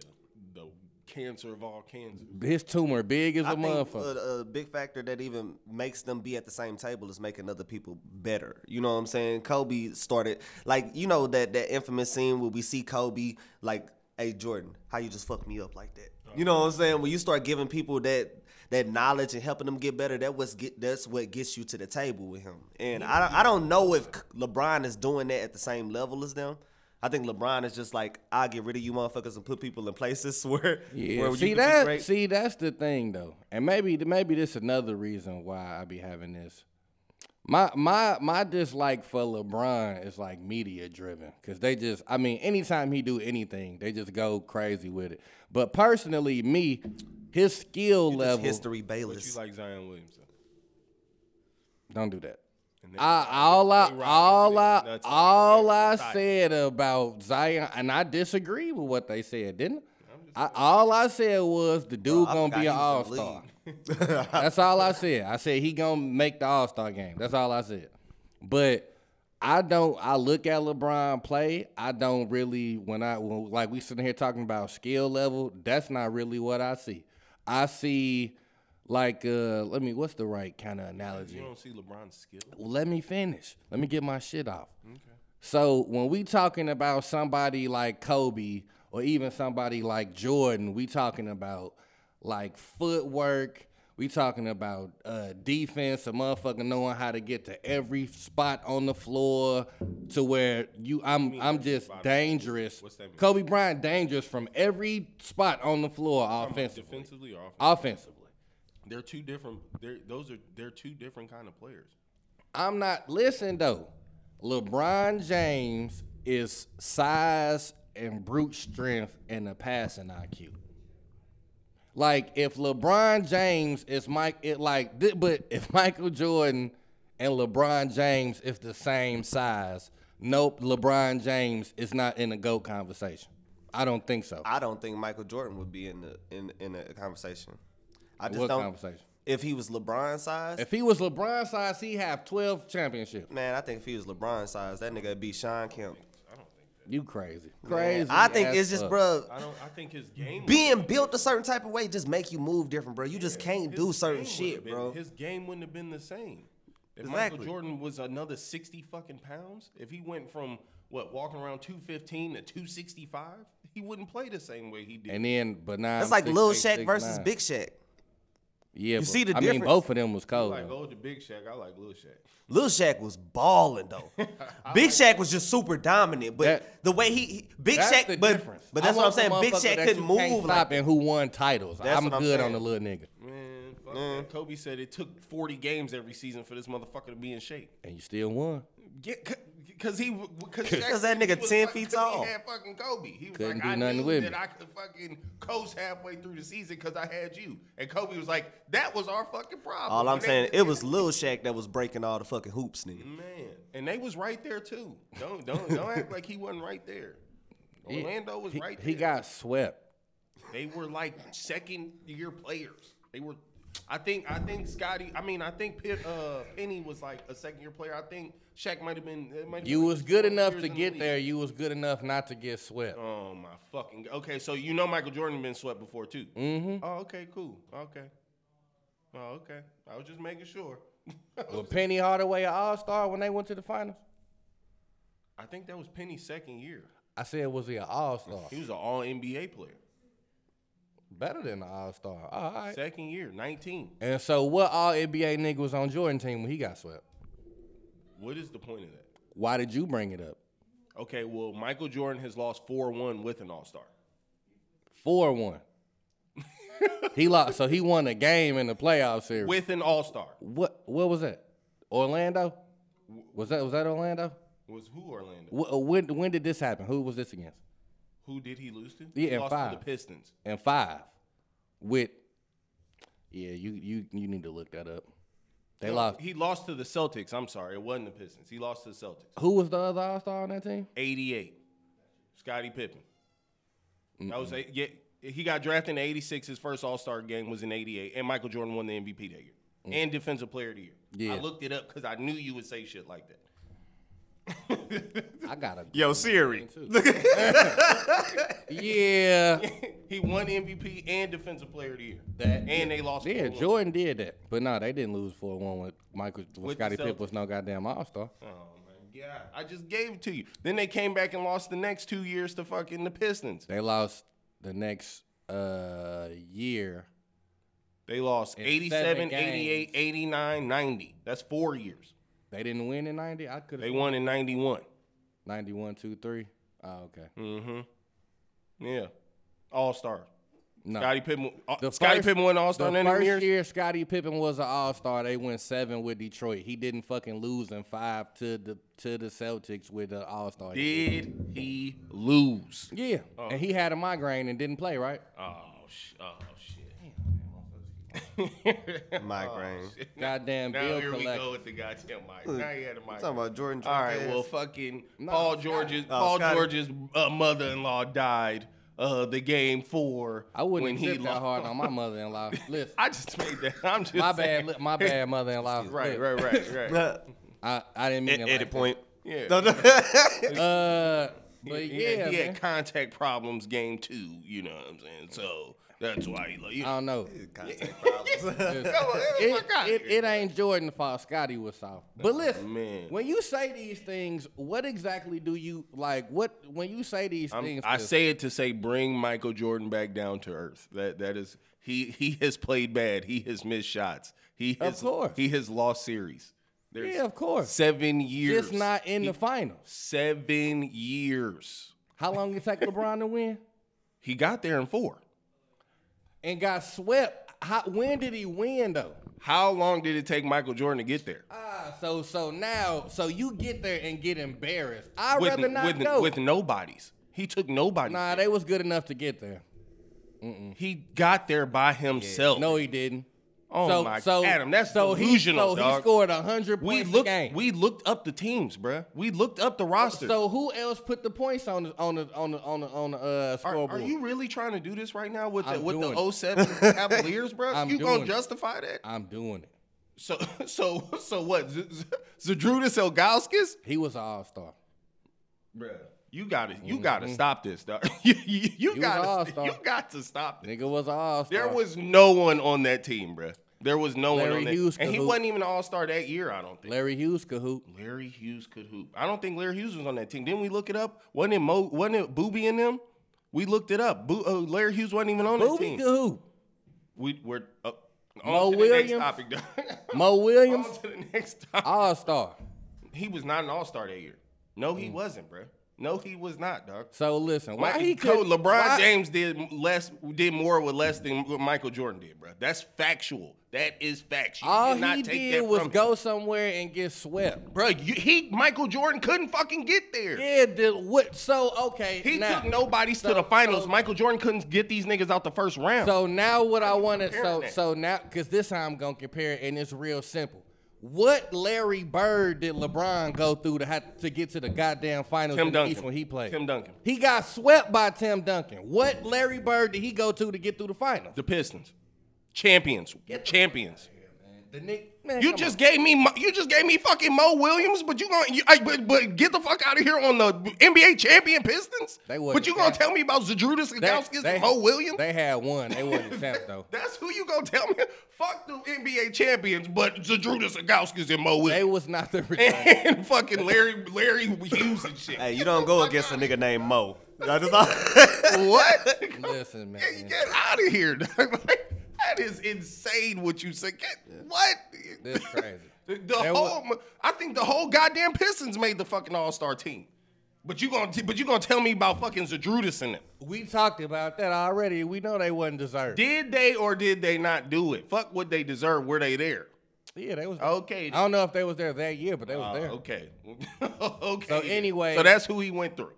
B: the cancer of all cancers?
C: His tumor big as a
D: I think uh,
C: motherfucker.
D: a, a big factor that even makes them be at the same table is making other people better. You know what I'm saying? Kobe started like you know that that infamous scene where we see Kobe like, "Hey Jordan, how you just fucked me up like that?" You know what I'm saying? When you start giving people that that knowledge and helping them get better, that was get that's what gets you to the table with him. And I don't, I don't know if LeBron is doing that at the same level as them. I think LeBron is just like I'll get rid of you motherfuckers and put people in places where
C: Yeah,
D: where you
C: see
D: can be
C: that.
D: great.
C: See, that's the thing though, and maybe maybe this another reason why I be having this. My my my dislike for LeBron is like media driven because they just I mean anytime he do anything they just go crazy with it. But personally, me, his skill
D: It's
C: level
D: history
B: But you
D: Bayless.
B: like Zion Williamson?
C: don't do that.
B: And
C: I, all I
B: they rock
C: all
B: these
C: I
B: niggas nuts and
C: all
B: they
C: I
B: retire.
C: said about Zion, and I disagree with what they said, didn't I? I all I said was the dude
D: I
C: gonna be an all
D: forgot he was in the
C: star.
D: league.
C: That's all I said. I said he gonna make the All Star game. That's all I said. But I don't. I look at LeBron play. I don't really when I when, like we sitting here talking about skill level. That's not really what I see. I see like uh let me what's the right kind of analogy?
B: You don't see LeBron's skill.
C: Well, let me finish. Let me get my shit off. So when we talking about somebody like Kobe or even somebody like Jordan, we talking about like footwork. We talking about uh, defense, a motherfucker knowing how to get to every spot on the floor to where you. I'm I'm just dangerous.
B: What's that mean?
C: Kobe Bryant dangerous from every spot on the floor offensively.
B: Defensively or offensively?
C: Offensively.
B: They're two different. They're those are they're two different kind of players.
C: I'm not listen though. LeBron James is size and brute strength and a passing IQ. Like if LeBron James is Mike, it like thi- but if Michael Jordan and LeBron James is the same size, nope, LeBron James is not in the GOAT conversation. I don't think so.
D: I don't think Michael Jordan would be in the in in a conversation. I just
C: What
D: don't.
C: conversation?
D: If he was LeBron size,
C: If he was LeBron size, he have 12 championships.
D: man, I think if he was LeBron size, that nigga would be Sean Kemp.
C: You crazy. Crazy.
D: I think
C: as
D: it's just,
C: fuck.
D: bro,
B: I don't. I think his game.
D: being built a certain type of way just make you move different, bro. You just can't do
B: his
D: certain
B: game wouldn't have
D: shit,
B: been-
D: bro.
B: His game wouldn't have been the same. If Michael
D: Exactly.
B: Jordan was another sixty fucking pounds, if he went from what walking around two fifteen to two sixty five, he wouldn't play the same way he did.
C: And then, but now
D: That's like Lil Shaq versus Big Shaq.
C: Yeah, but,
D: see the
C: I mean,
D: difference?
C: both of them was
B: I
C: cold.
B: like
D: oh,
C: though.
B: old to Big Shaq. I like Lil Shaq.
D: Lil Shaq was balling though. Big Shaq was just super dominant, but
C: That-
D: the way he, he Big
C: That's
D: Shaq,
C: the
D: but
C: difference.
D: but
C: I
D: that's what I'm
C: want the motherfucker
D: saying. Big Shaq
C: that
D: couldn't
C: you can't
D: move like
C: stop and who won titles.
D: That's
C: I'm
D: what I'm
C: good on
D: saying.
C: the little nigga,
B: Man, fuck that. Kobe said it took forty games every season for this motherfucker to be in shape.
C: and you still won.
B: Get, cause he, w- cause,
D: Cause that
B: he
D: nigga
B: was
D: 10
B: fuck-
D: feet
B: 'cause
D: tall.
B: He had fucking Kobe. He was
C: Couldn't
B: like,
C: do
B: I
C: nothing
B: knew
C: with
B: that
C: me."
B: I could fucking coast halfway through the season because I had you. And Kobe was like, that was our fucking problem.
D: All I'm
B: And they-
D: saying, it was Lil Shaq that was breaking all the fucking hoops, nigga.
B: man, and they was right there too. Don't don't don't act like he wasn't right there. Orlando was
C: He,
B: right there.
C: he got swept.
B: They were like second year players. They were. I think. I think Scotty. I mean, I think Pitt, uh, Penny was like a second year player. I think Shaq might have been. it might have
C: You
B: been
C: was good
B: 12
C: enough
B: years
C: to
B: in the
C: get
B: league.
C: there. You was good enough not to get swept.
D: Uh,
B: Oh my fucking. Okay, so you know Michael Jordan been swept before too. Mm-hmm. Oh, okay, cool. Okay. Oh, okay. I was just making sure.
C: Was Penny Hardaway an All Star when they went to the finals?
B: I think that was Penny's second year.
C: I said, was he an All Star?
B: He was an All NBA player.
C: better than the All Star. All right.
B: Second year, 19.
C: And so, what all NBA nigga was on Jordan team when he got swept?
B: What is the point of that?
C: Why did you bring it up?
B: Okay, well, Michael Jordan has lost 4 1 with an All Star.
C: Four one. he lost, so he won a game in the playoff series.
B: With an All Star.
C: what? What was that? Orlando? Was that was that Orlando?
B: Was who Orlando?
C: Wh- uh, When when did this happen? Who was this against?
B: Who did he lose to?
C: Yeah,
B: he
C: and
B: lost to
C: five.
B: the Pistons.
C: And five with. Yeah, you you you need to look that up. They
B: No,
C: lost.
B: He lost to the Celtics. I'm sorry. It wasn't the Pistons. He lost to the Celtics.
C: Who was the other All Star on that team?
B: 88. Scottie Pippen. That was a, yeah, he got drafted in 86. His first All Star game was in 88. And Michael Jordan won the MVP that year and Defensive Player of the Year. I
C: Mm. Yeah.
B: looked it up because I knew you would say shit like that.
C: I gotta.
E: Yo, Siri.
C: Yeah.
B: He won MVP and Defensive Player of the Year.
C: That-
B: and they lost.
C: Yeah,
B: 4-1.
C: Jordan did that, but no, they didn't lose four one with Michael with
B: With the
C: Scottie Pippen
B: Celtics.
C: was no goddamn All Star.
B: Oh my god! I just gave it to you. Then they came back and lost the next two years to fucking the Pistons.
C: They lost the next uh, year.
B: They lost
C: In
B: 87,
C: seven games.
B: 88, 89, 90. That's four years.
C: They didn't win in ninety. I could
B: They
C: have
B: won in 91.
C: ninety one, two, three. Oh, okay.
B: Mm. Yeah. All star.
C: No.
B: Scotty Pippen.
C: The
B: Scotty
C: first-
B: Pippen won All Star
C: The
B: in them
C: first
B: years.
C: year Scottie Pippen was an All Star, they went seven with Detroit. He didn't fucking lose in five to the to the Celtics with the All Star.
B: Did he lose?
C: Yeah, and he had a migraine and didn't play. Right?
B: Oh, sh- oh shit.
D: Migraine.
C: Goddamn
B: Now
C: bill
B: here we go
C: collector.
B: with the goddamn mic. Now you had a mic.
D: Talking about Jordan.
B: All right,
D: Jordan
B: well,
D: Cass.
B: fucking Paul George's Paul
D: Scotty.
B: George's uh, mother-in-law died uh, the game four.
C: I wouldn't
B: when he
C: tip that
B: lost.
C: hard on my mother-in-law. Listen,
B: I just made that. I'm just
C: my
B: saying.
C: bad, li- my bad, mother-in-law.
B: Right,
C: Look,
B: right, right, right.
C: I, I didn't mean
E: At, at
C: it. Like
E: a
C: that.
E: point.
B: Yeah.
C: Uh, but
B: He had-
C: yeah,
B: he
C: man.
B: had contact problems game two. You know what I'm saying? So that's why he. Like, you
C: I don't know.
D: Contact problems.
C: Uh, It, it, it ain't Jordan fault. Scotty was soft. But listen,
B: Oh, man.
C: when you say these things, what exactly do you like? What when you say these
B: I'm-
C: things?
B: I
C: 'cause
B: say it to say bring Michael Jordan back down to earth. That that is he he has played bad. He has missed shots. He
C: Of
B: has,
C: course.
B: he has lost series. There's
C: Yeah, of course.
B: Seven years.
C: Just not in the finals.
B: seven years.
C: How long it take LeBron to win?
B: He got there in four.
C: And got swept. How, when did he win though?
B: How long did it take Michael Jordan to get there?
C: Ah, so so now so you get there and get embarrassed. I'd
B: with,
C: rather not
B: with,
C: go.
B: with nobodies. He took nobody.
C: nah, they was good enough to get there.
B: He got there by himself.
C: No, he didn't.
B: Oh
C: so,
B: my
C: so,
B: Adam, that's
C: so He, so
B: delusional,
C: he
B: dog.
C: scored hundred points
B: we
C: a
B: looked
C: game.
B: we looked up the teams, bruh. We looked up the roster.
C: So who else put the points on the on the on the on the, on the uh,
B: Are,
C: scoreboard?
B: are you really trying to do this right now with the,
C: I'm
B: with
C: doing
B: the
C: it.
B: 07 Cavaliers, bro?
C: I'm
B: you
C: doing
B: gonna
C: it.
B: justify that?
C: I'm doing it.
B: So so so what? Z- Z- Zdrunas Elgauskas,
C: He was an all star.
B: bro. You gotta you
C: Mm-hmm.
B: gotta stop this, dog. you you, you
C: was an
B: gotta
C: all-star.
B: you got to stop this.
C: Nigga was an all star.
B: There was no one on that team, bro. There was no
C: Larry
B: one on
C: Hughes
B: that, and he
C: could hoop.
B: wasn't even an All Star that year. I don't think.
C: Larry Hughes Kahoot.
B: Larry Hughes could hoop. I don't think Larry Hughes was on that team. Didn't we look it up? Wasn't it Mo? Wasn't it Booby and them? We looked it up. Boo, uh, Larry Hughes wasn't even on that
C: Booby
B: team.
C: Kahoot.
B: We, we're uh,
C: Mo
B: on to the next
C: Williams?
B: topic. dog.
C: Mo Williams,
B: on to the next topic.
C: all star.
B: he was not an All Star that year. No, he wasn't, bro. No, he was not, dog.
C: So listen, Mm. why
B: Mike-
C: he
B: Co-
C: could
B: LeBron
C: why-
B: James did less, did more with less than what Michael Jordan did, bro. That's factual. That is factual. You
C: All
B: cannot
C: he
B: take
C: did
B: that
C: was
B: from him.
C: go somewhere and get swept.
B: bro. You, he Michael Jordan couldn't fucking get there.
C: Yeah, did what? So okay,
B: He
C: now,
B: took nobodies to the finals. Michael Jordan couldn't get these niggas out the first round.
C: So now what I want to
B: comparing
C: so
B: that.
C: so now because this how I'm gonna compare it and it's real simple. What Larry Bird did LeBron go through to have to get to the goddamn finals
B: Tim
C: in the
B: Duncan.
C: East when he played?
B: Tim Duncan.
C: He got swept by Tim Duncan. What Larry Bird did he go to to get through the finals?
B: the Pistons, champions, champions.
C: The Nick, man,
B: You
C: come
B: just
C: on.
B: gave me Mo- you just gave me fucking Mo Williams, but you gonna you, I, but, but get the fuck out of here on the NBA champion Pistons.
C: They wasn't
B: but you gonna
C: champ-
B: tell me about Zdrunas Gagowskis and Mo Williams?
C: They had one. They wasn't champs though.
B: That's who you gonna tell me? Fuck the NBA champions, but Zdrunas Gagowskis and Mo
C: They
B: Williams
C: was not the return.
B: and fucking Larry Larry Hughes and shit.
D: hey, you don't go against a nigga named Mo. That is all.
B: what?
C: Listen, man.
B: Get out of here. dog. Like, that is insane what you said. Get, What?
C: That's crazy.
B: The, the
C: That wa-
B: whole, I think the whole goddamn Pistons made the fucking All Star team. But you gonna, t- but you gonna tell me about fucking Zadrudis in it?
C: We talked about that already. We know they wasn't deserved.
B: Did they or did they not do it? Fuck what they deserve. Were they there?
C: yeah, they was.
B: Okay.
C: I don't know if they was there that year, but they was
B: Uh,
C: there.
B: okay. okay.
C: So
B: then.
C: anyway-
B: so that's who he went through.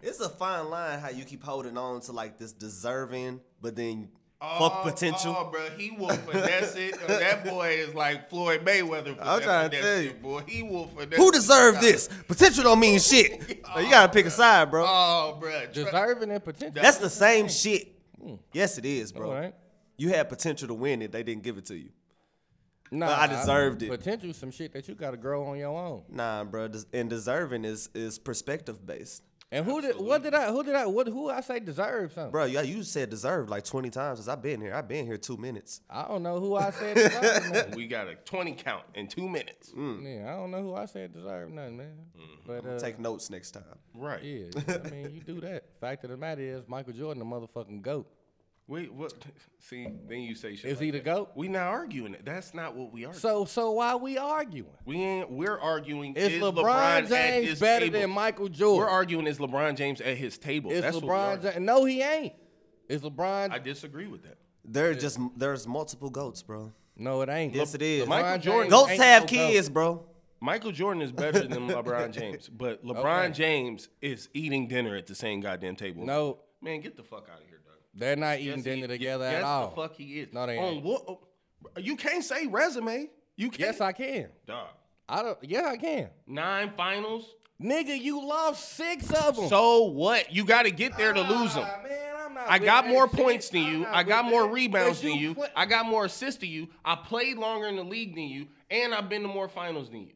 D: It's a fine line how you keep holding on to like this deserving, but then
B: Oh,
D: fuck potential.
B: Oh, bro, he will finesse it. Uh, that boy is like Floyd Mayweather. for
D: I'm
B: that
D: trying to tell
B: finesse
D: you.
B: it, boy. He will finesse.
D: Who
B: it.
D: deserved this? Potential don't mean shit. Like, you gotta pick a side, bro.
B: Oh, bro.
C: Deserving and potential.
D: That's the same shit. Yes, it is, bro.
C: All right.
D: You had potential to win it. They didn't give it to you.
C: No,
D: I deserved it.
C: Potential, some shit that you got to grow on your own.
D: Nah, bro. des- And deserving is is perspective based,
C: And who did? What did I? Who did I? What? Who I say deserved something?
D: bro. Yeah, you said deserved like twenty times since I've been here. I've been here two minutes.
C: I don't know who I said deserved nothing.
B: We got a 20 count in two minutes.
C: Yeah, I don't know who I said deserved nothing, man.
B: Mm-hmm.
C: But uh,
D: Take notes next time.
B: Right.
C: yeah, I mean, you do that. Fact of the matter is, Michael Jordan, the motherfucking goat.
B: Wait, what? See, then you say shit.
C: Is
B: like
C: he the
B: that.
C: goat?
B: We not arguing it. That's not what we are.
C: So, so why we arguing?
B: we ain't. We're arguing.
C: Is,
B: is
C: LeBron,
B: at
C: James
B: his
C: better
B: table?
C: than Michael
B: We're
C: Jordan?
B: arguing is LeBron James at his table.
C: Is
B: That's what we
C: LeBron
B: argue.
C: James? No, he ain't. Is LeBron?
B: I disagree with that.
D: There are just there's multiple goats, bro.
C: no, it ain't.
D: Yes, it is.
C: LeBron
B: Michael
C: James
B: Jordan-
D: Goats
C: ain't
D: have
C: no goat.
D: kids, bro.
B: Michael Jordan is better than LeBron James, but LeBron
C: Okay.
B: James is eating dinner at the same goddamn table.
C: No,
B: man, get the fuck out of here, dog.
C: they're not eating
B: Yes,
C: dinner
B: he-
C: together
B: yes,
C: at all.
B: the fuck he is.
C: No, they
B: On
C: ain't.
B: what? oh, You can't say resume. You can't.
C: Yes, I can.
B: Dog.
C: I don't. Yeah, I can.
B: Nine finals.
C: Nigga, you lost six of them. Ah,
B: So what? You got to get there to lose them.
C: man, I'm not
B: I
C: with
B: got
C: that
B: more
C: shit.
B: points than
C: I'm
B: you.
C: not
B: I got
C: with
B: more
C: that.
B: rebounds
C: Cause
B: than you.
C: play-
B: I got more assists than you. I played longer in the league than you, and I've been to more finals than you.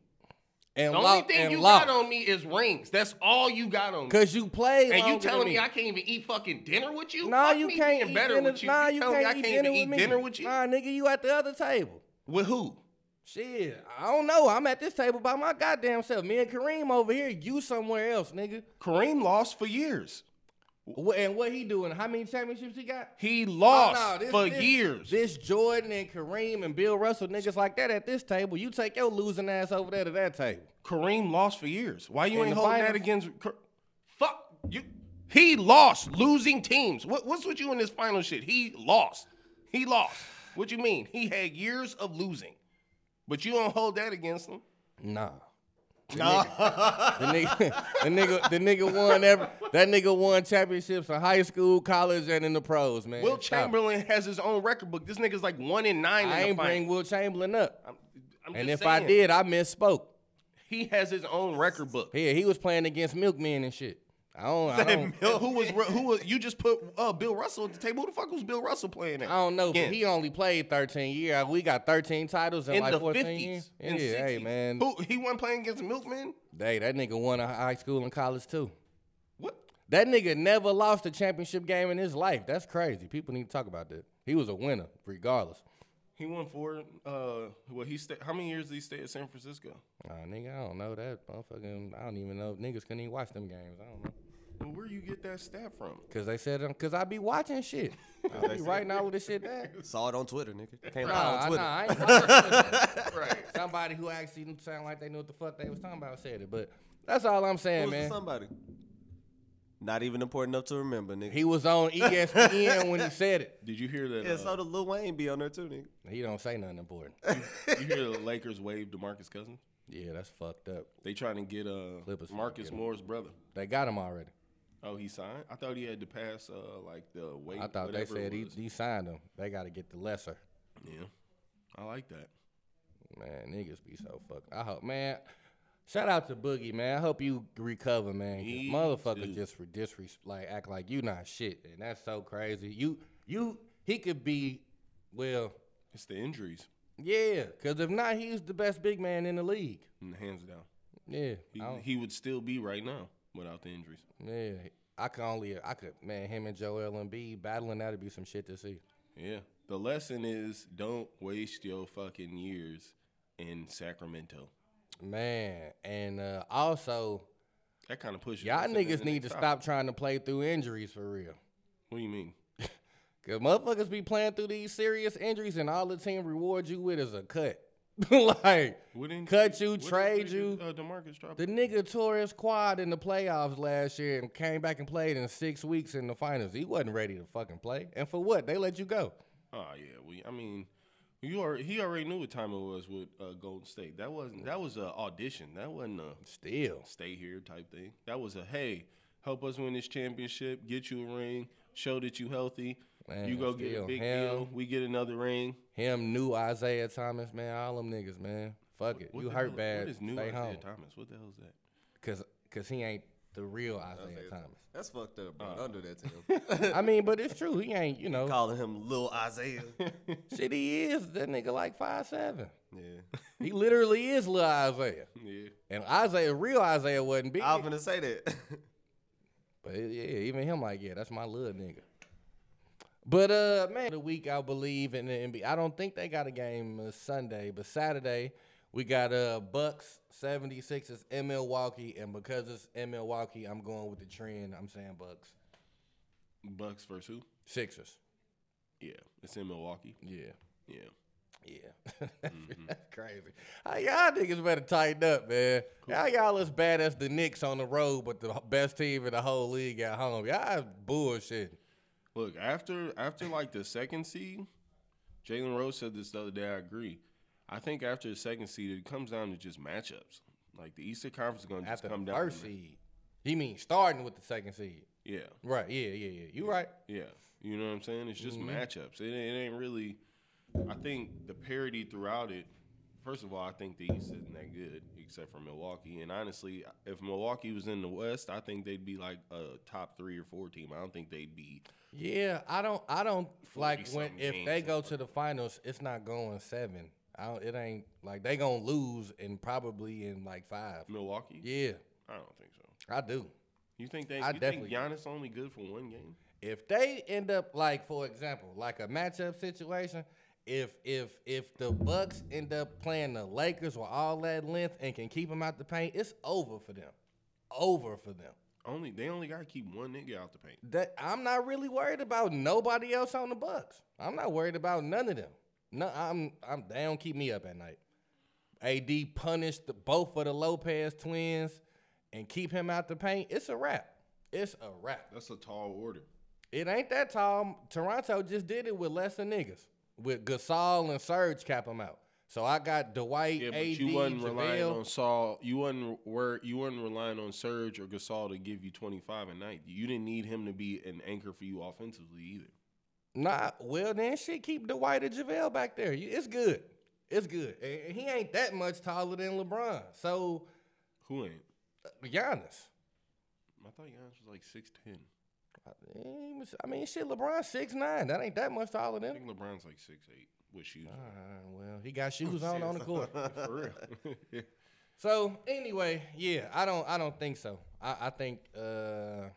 C: and
B: The only
C: lost-
B: thing
C: and
B: you
C: lost.
B: got on me is rings. That's all you got on me.
C: Cause you played.
B: And you
C: longer
B: telling
C: than
B: me I can't even eat fucking dinner with you?
C: Nah,
B: Fuck
C: you
B: me
C: can't
B: being
C: eat
B: better
C: dinner.
B: with you.
C: Nah, you
B: telling me
C: can't
B: I
C: eat
B: can't
C: dinner
B: even eat
C: with
B: dinner
C: me.
B: with you?
C: Nah, nigga, you at the other table.
B: With who?
C: Shit, I don't know. I'm at this table by my goddamn self. Me and Kareem over here. You somewhere else, nigga.
B: Kareem lost for years.
C: Wh- And what he doing? How many championships he got?
B: He lost
C: Oh, no, this-
B: for
C: this-
B: years.
C: This Jordan and Kareem and Bill Russell niggas like that at this table. You take your losing ass over there to that table.
B: Kareem lost for years. Why you
C: In
B: ain't
C: the
B: holding that
C: finals.
B: against? Ka- Fuck you. He lost. Losing teams. What, what's with you in this final shit? He lost. He lost. What you mean? He had years of losing, but you don't hold that against him.
C: Nah. The nigga, the nigga, the nigga won every. That nigga won championships in high school, college, and in the pros, man. Stop
B: Will
C: it.
B: Chamberlain has his own record book. This nigga's like one in nine.
C: I
B: in
C: ain't
B: the
C: bring
B: final.
C: Will Chamberlain up.
B: I'm, I'm
C: And if
B: just
C: I
B: saying.
C: did, I misspoke.
B: he has his own record book.
C: Yeah, he was playing against milkmen and shit. I don't, I don't,
B: And who was who was you just put uh, Bill Russell at the table? Who the fuck was Bill Russell playing at?
C: I don't know.
B: Again.
C: But he only played 13 years. We got 13 titles in,
B: in
C: like
B: the
C: 14
B: fifties.
C: years. Yeah, hey man,
B: Who he wasn't playing against Milkman?
C: hey, that nigga won in high school and college too.
B: What?
C: That nigga never lost a championship game in his life. That's crazy. People need to talk about that. He was a winner regardless.
B: He won for uh well he stay how many years did he stay at San Francisco?
C: Nah, nigga, I don't know that motherfucking. I don't even know if niggas couldn't even watch them games. I don't know.
B: Well where you get that stat from?
C: Cause they said, um, cause I be watching shit. I be writing all of this shit down.
D: Saw it on Twitter, nigga. Can't
C: Nah,
D: lie on
C: I-
D: Twitter.
C: nah, I ain't watching shit.
B: Right.
C: Somebody who actually sound like they knew what the fuck they was talking about said it, but that's all I'm saying,
D: Who's the
C: man.
D: somebody? Not even important enough to remember, nigga.
C: He was on E ESPN when he said it.
B: Did you hear that
D: yeah,
B: uh,
D: so the Lil Wayne be on there too, nigga.
C: He don't say nothing important.
B: you hear the Lakers wave to Marcus Cousins?
C: Yeah, that's fucked up.
B: They trying to get uh
C: Clippers finna
B: Marcus
C: get him.
B: Moore's brother.
C: They got him already.
B: Oh, he signed? I thought he had to pass uh like the weight.
C: I thought they
B: whatever it
C: said he,
B: was.
C: he signed him. They got to get the lesser.
B: Yeah. I like that.
C: Man, niggas be so fucked. I hope, man. Shout out to Boogie, man. I hope you recover, man. 'cause
B: Me
C: motherfucker
B: too.
C: just for disres- like act like you not shit, and that's so crazy. You you he could be, well,
B: It's the injuries.
C: yeah. Cause if not, he's the best big man in the league.
B: Mm, Hands down.
C: Yeah,
B: He,
C: I don't-
B: he would still be right now without the injuries.
C: yeah. I could only I could man him and Joel Embiid battling that'd be some shit to see.
B: Yeah. The lesson is don't waste your fucking years in Sacramento.
C: Man, and uh, also,
B: That kind of pushes.
C: Y'all
B: That's it.
C: niggas
B: That
C: need
B: ain't
C: to
B: stopping.
C: stop trying to play through injuries for real.
B: What do you mean?
C: Cause motherfuckers be playing through these serious injuries, and all the team rewards you with is a cut. like
B: Wouldn't
C: cut you,
B: wouldn't
C: trade
B: nigga,
C: you.
B: Uh, Demarcus dropped.
C: The nigga tore his quad in the playoffs last year and came back and played in six weeks in the finals. He wasn't ready to fucking play. And for what? They let you go.
B: Oh yeah, we. I mean, you are. He already knew what time it was with uh, Golden State. That wasn't. That was a audition. That wasn't a
C: Still.
B: stay here type thing. That was a hey, help us win this championship, get you a ring, show that you healthy.
C: Man,
B: you go get a
C: still
B: big
C: him.
B: deal. We get another ring.
C: Him, new Isaiah Thomas, man. All them niggas, man. Fuck it.
B: What
C: you
B: the
C: hurt
B: hell-
C: bad.
B: What is new
C: Stay
B: Isaiah
C: home.
B: Thomas? What the hell is that?
C: Cause, Cause he ain't the real Isaiah, Thomas.
D: That's fucked up,
B: Uh.
D: bro. Don't do that to him.
C: I mean, but it's true. He ain't, you know.
D: Calling him Lil Isaiah.
C: shit, he is. That nigga like five seven.
D: yeah.
C: He literally is little Isaiah.
B: Yeah.
C: And Isaiah, real Isaiah wasn't big.
D: I was gonna say that.
C: But it- yeah, even him like, yeah, that's my little nigga. But uh, man, the week I believe in the NBA. I don't think they got a game uh, Sunday, but Saturday we got uh Bucks 76ers in Milwaukee, and because it's in Milwaukee, I'm going with the trend. I'm saying Bucks
B: Bucks versus who?
C: Sixers.
B: Yeah, it's in Milwaukee.
C: Yeah,
B: Yeah.
C: yeah, that's crazy. How y'all niggas better tighten up, man. How y'all as bad as the Knicks on the road, but the best team in the whole league at home? Y'all bullshit.
B: Look, after after like the second seed, Jalen Rose said this the other day. I agree. I think after the second seed, it comes down to just matchups. Like the Eastern Conference is going to just
C: After
B: come
C: the
B: down.
C: first
B: to ma-
C: seed. He means starting with the second seed.
B: Yeah,
C: Right. Yeah, yeah, yeah. You right.
B: yeah. You know what I'm saying? It's just
C: Mm-hmm.
B: matchups. It, ain't- it ain't really. I think the parity throughout it. First of all, I think the East isn't that good, except for Milwaukee. And honestly, if Milwaukee was in the West, I think they'd be like a top three or four team. I don't think they'd be.
C: Yeah, I don't I don't like when
B: 40-something
C: if
B: games
C: they
B: in
C: go to the finals, it's not going 7. I don't, it ain't like they going to lose in probably in like 5.
B: Milwaukee?
C: Yeah,
B: I don't think so.
C: I do.
B: You think they?
C: I
B: you
C: definitely
B: think
C: do.
B: Giannis only good for one game?
C: If they end up like for example, like a matchup situation, if if if the Bucks end up playing the Lakers with all that length and can keep them out the paint, it's over for them. Over for them.
B: Only they only got to keep one nigga out the paint.
C: that I'm not really worried about nobody else on the Bucks. I'm not worried about none of them. No, I'm I'm they don't keep me up at night. AD punished the, both of the Lopez twins and keep him out the paint. It's a wrap. It's a wrap.
B: That's a tall order.
C: It ain't that tall. Toronto just did it with lesser niggas. With Gasol and Serge cap him out. So I got Dwight,
B: Yeah, but
C: AD,
B: you wasn't relying
C: JaVale.
B: on Saul. You wasn't were you wasn't relying on Serge or Gasol to give you twenty five a night. You didn't need him to be an anchor for you offensively either.
C: Nah, well then shit, keep Dwight and JaVale back there. You- It's good. It's good. And and he ain't that much taller than LeBron. So
B: Who ain't?
C: Giannis.
B: I thought Giannis was like six ten.
C: I mean, I mean, shit, LeBron's six nine. That ain't that much taller
B: I
C: than him.
B: think LeBron's like six eight with shoes.
C: All right, well, he got shoes on on the court.
B: on. For real.
C: So anyway, yeah, I don't I don't think so. I, I think uh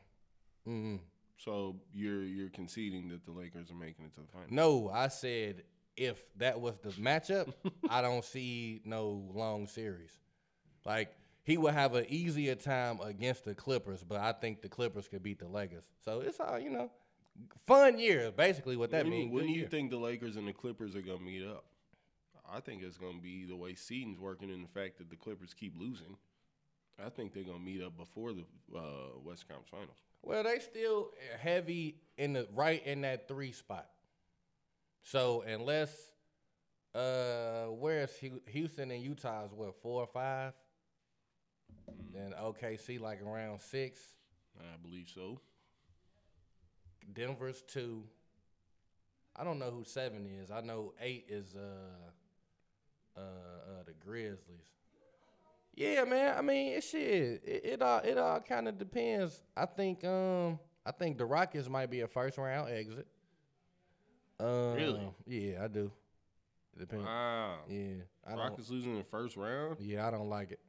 C: mm,
B: so you're you're conceding that the Lakers are making it to the finals.
C: no, I said if that was the matchup, I don't see no long series. Like he would have an easier time against the Clippers, but I think the Clippers could beat the Lakers. So it's all, you know, fun year, basically what that
B: when,
C: means.
B: when
C: Good
B: do you
C: year.
B: think the Lakers and the Clippers are gonna meet up? I think it's gonna be the way seeding's working and the fact that the Clippers keep losing. I think they're gonna meet up before the uh, West Conference Finals.
C: Well, they still heavy in the right in that three spot. So unless uh where's Hu- Houston and Utah's what four or five,
B: Hmm.
C: then OKC like around six,
B: I believe so.
C: Denver's two. I don't know who seven is. I know eight is uh uh, uh the Grizzlies. Yeah, man. I mean, it shit. It, it all it all kind of depends. I think um I think the Rockets might be a first round exit. Um,
B: Really?
C: Yeah, I do. It depends.
B: Wow,
C: yeah, I don't.
B: Rockets losing in the first round.
C: Yeah, I don't like it.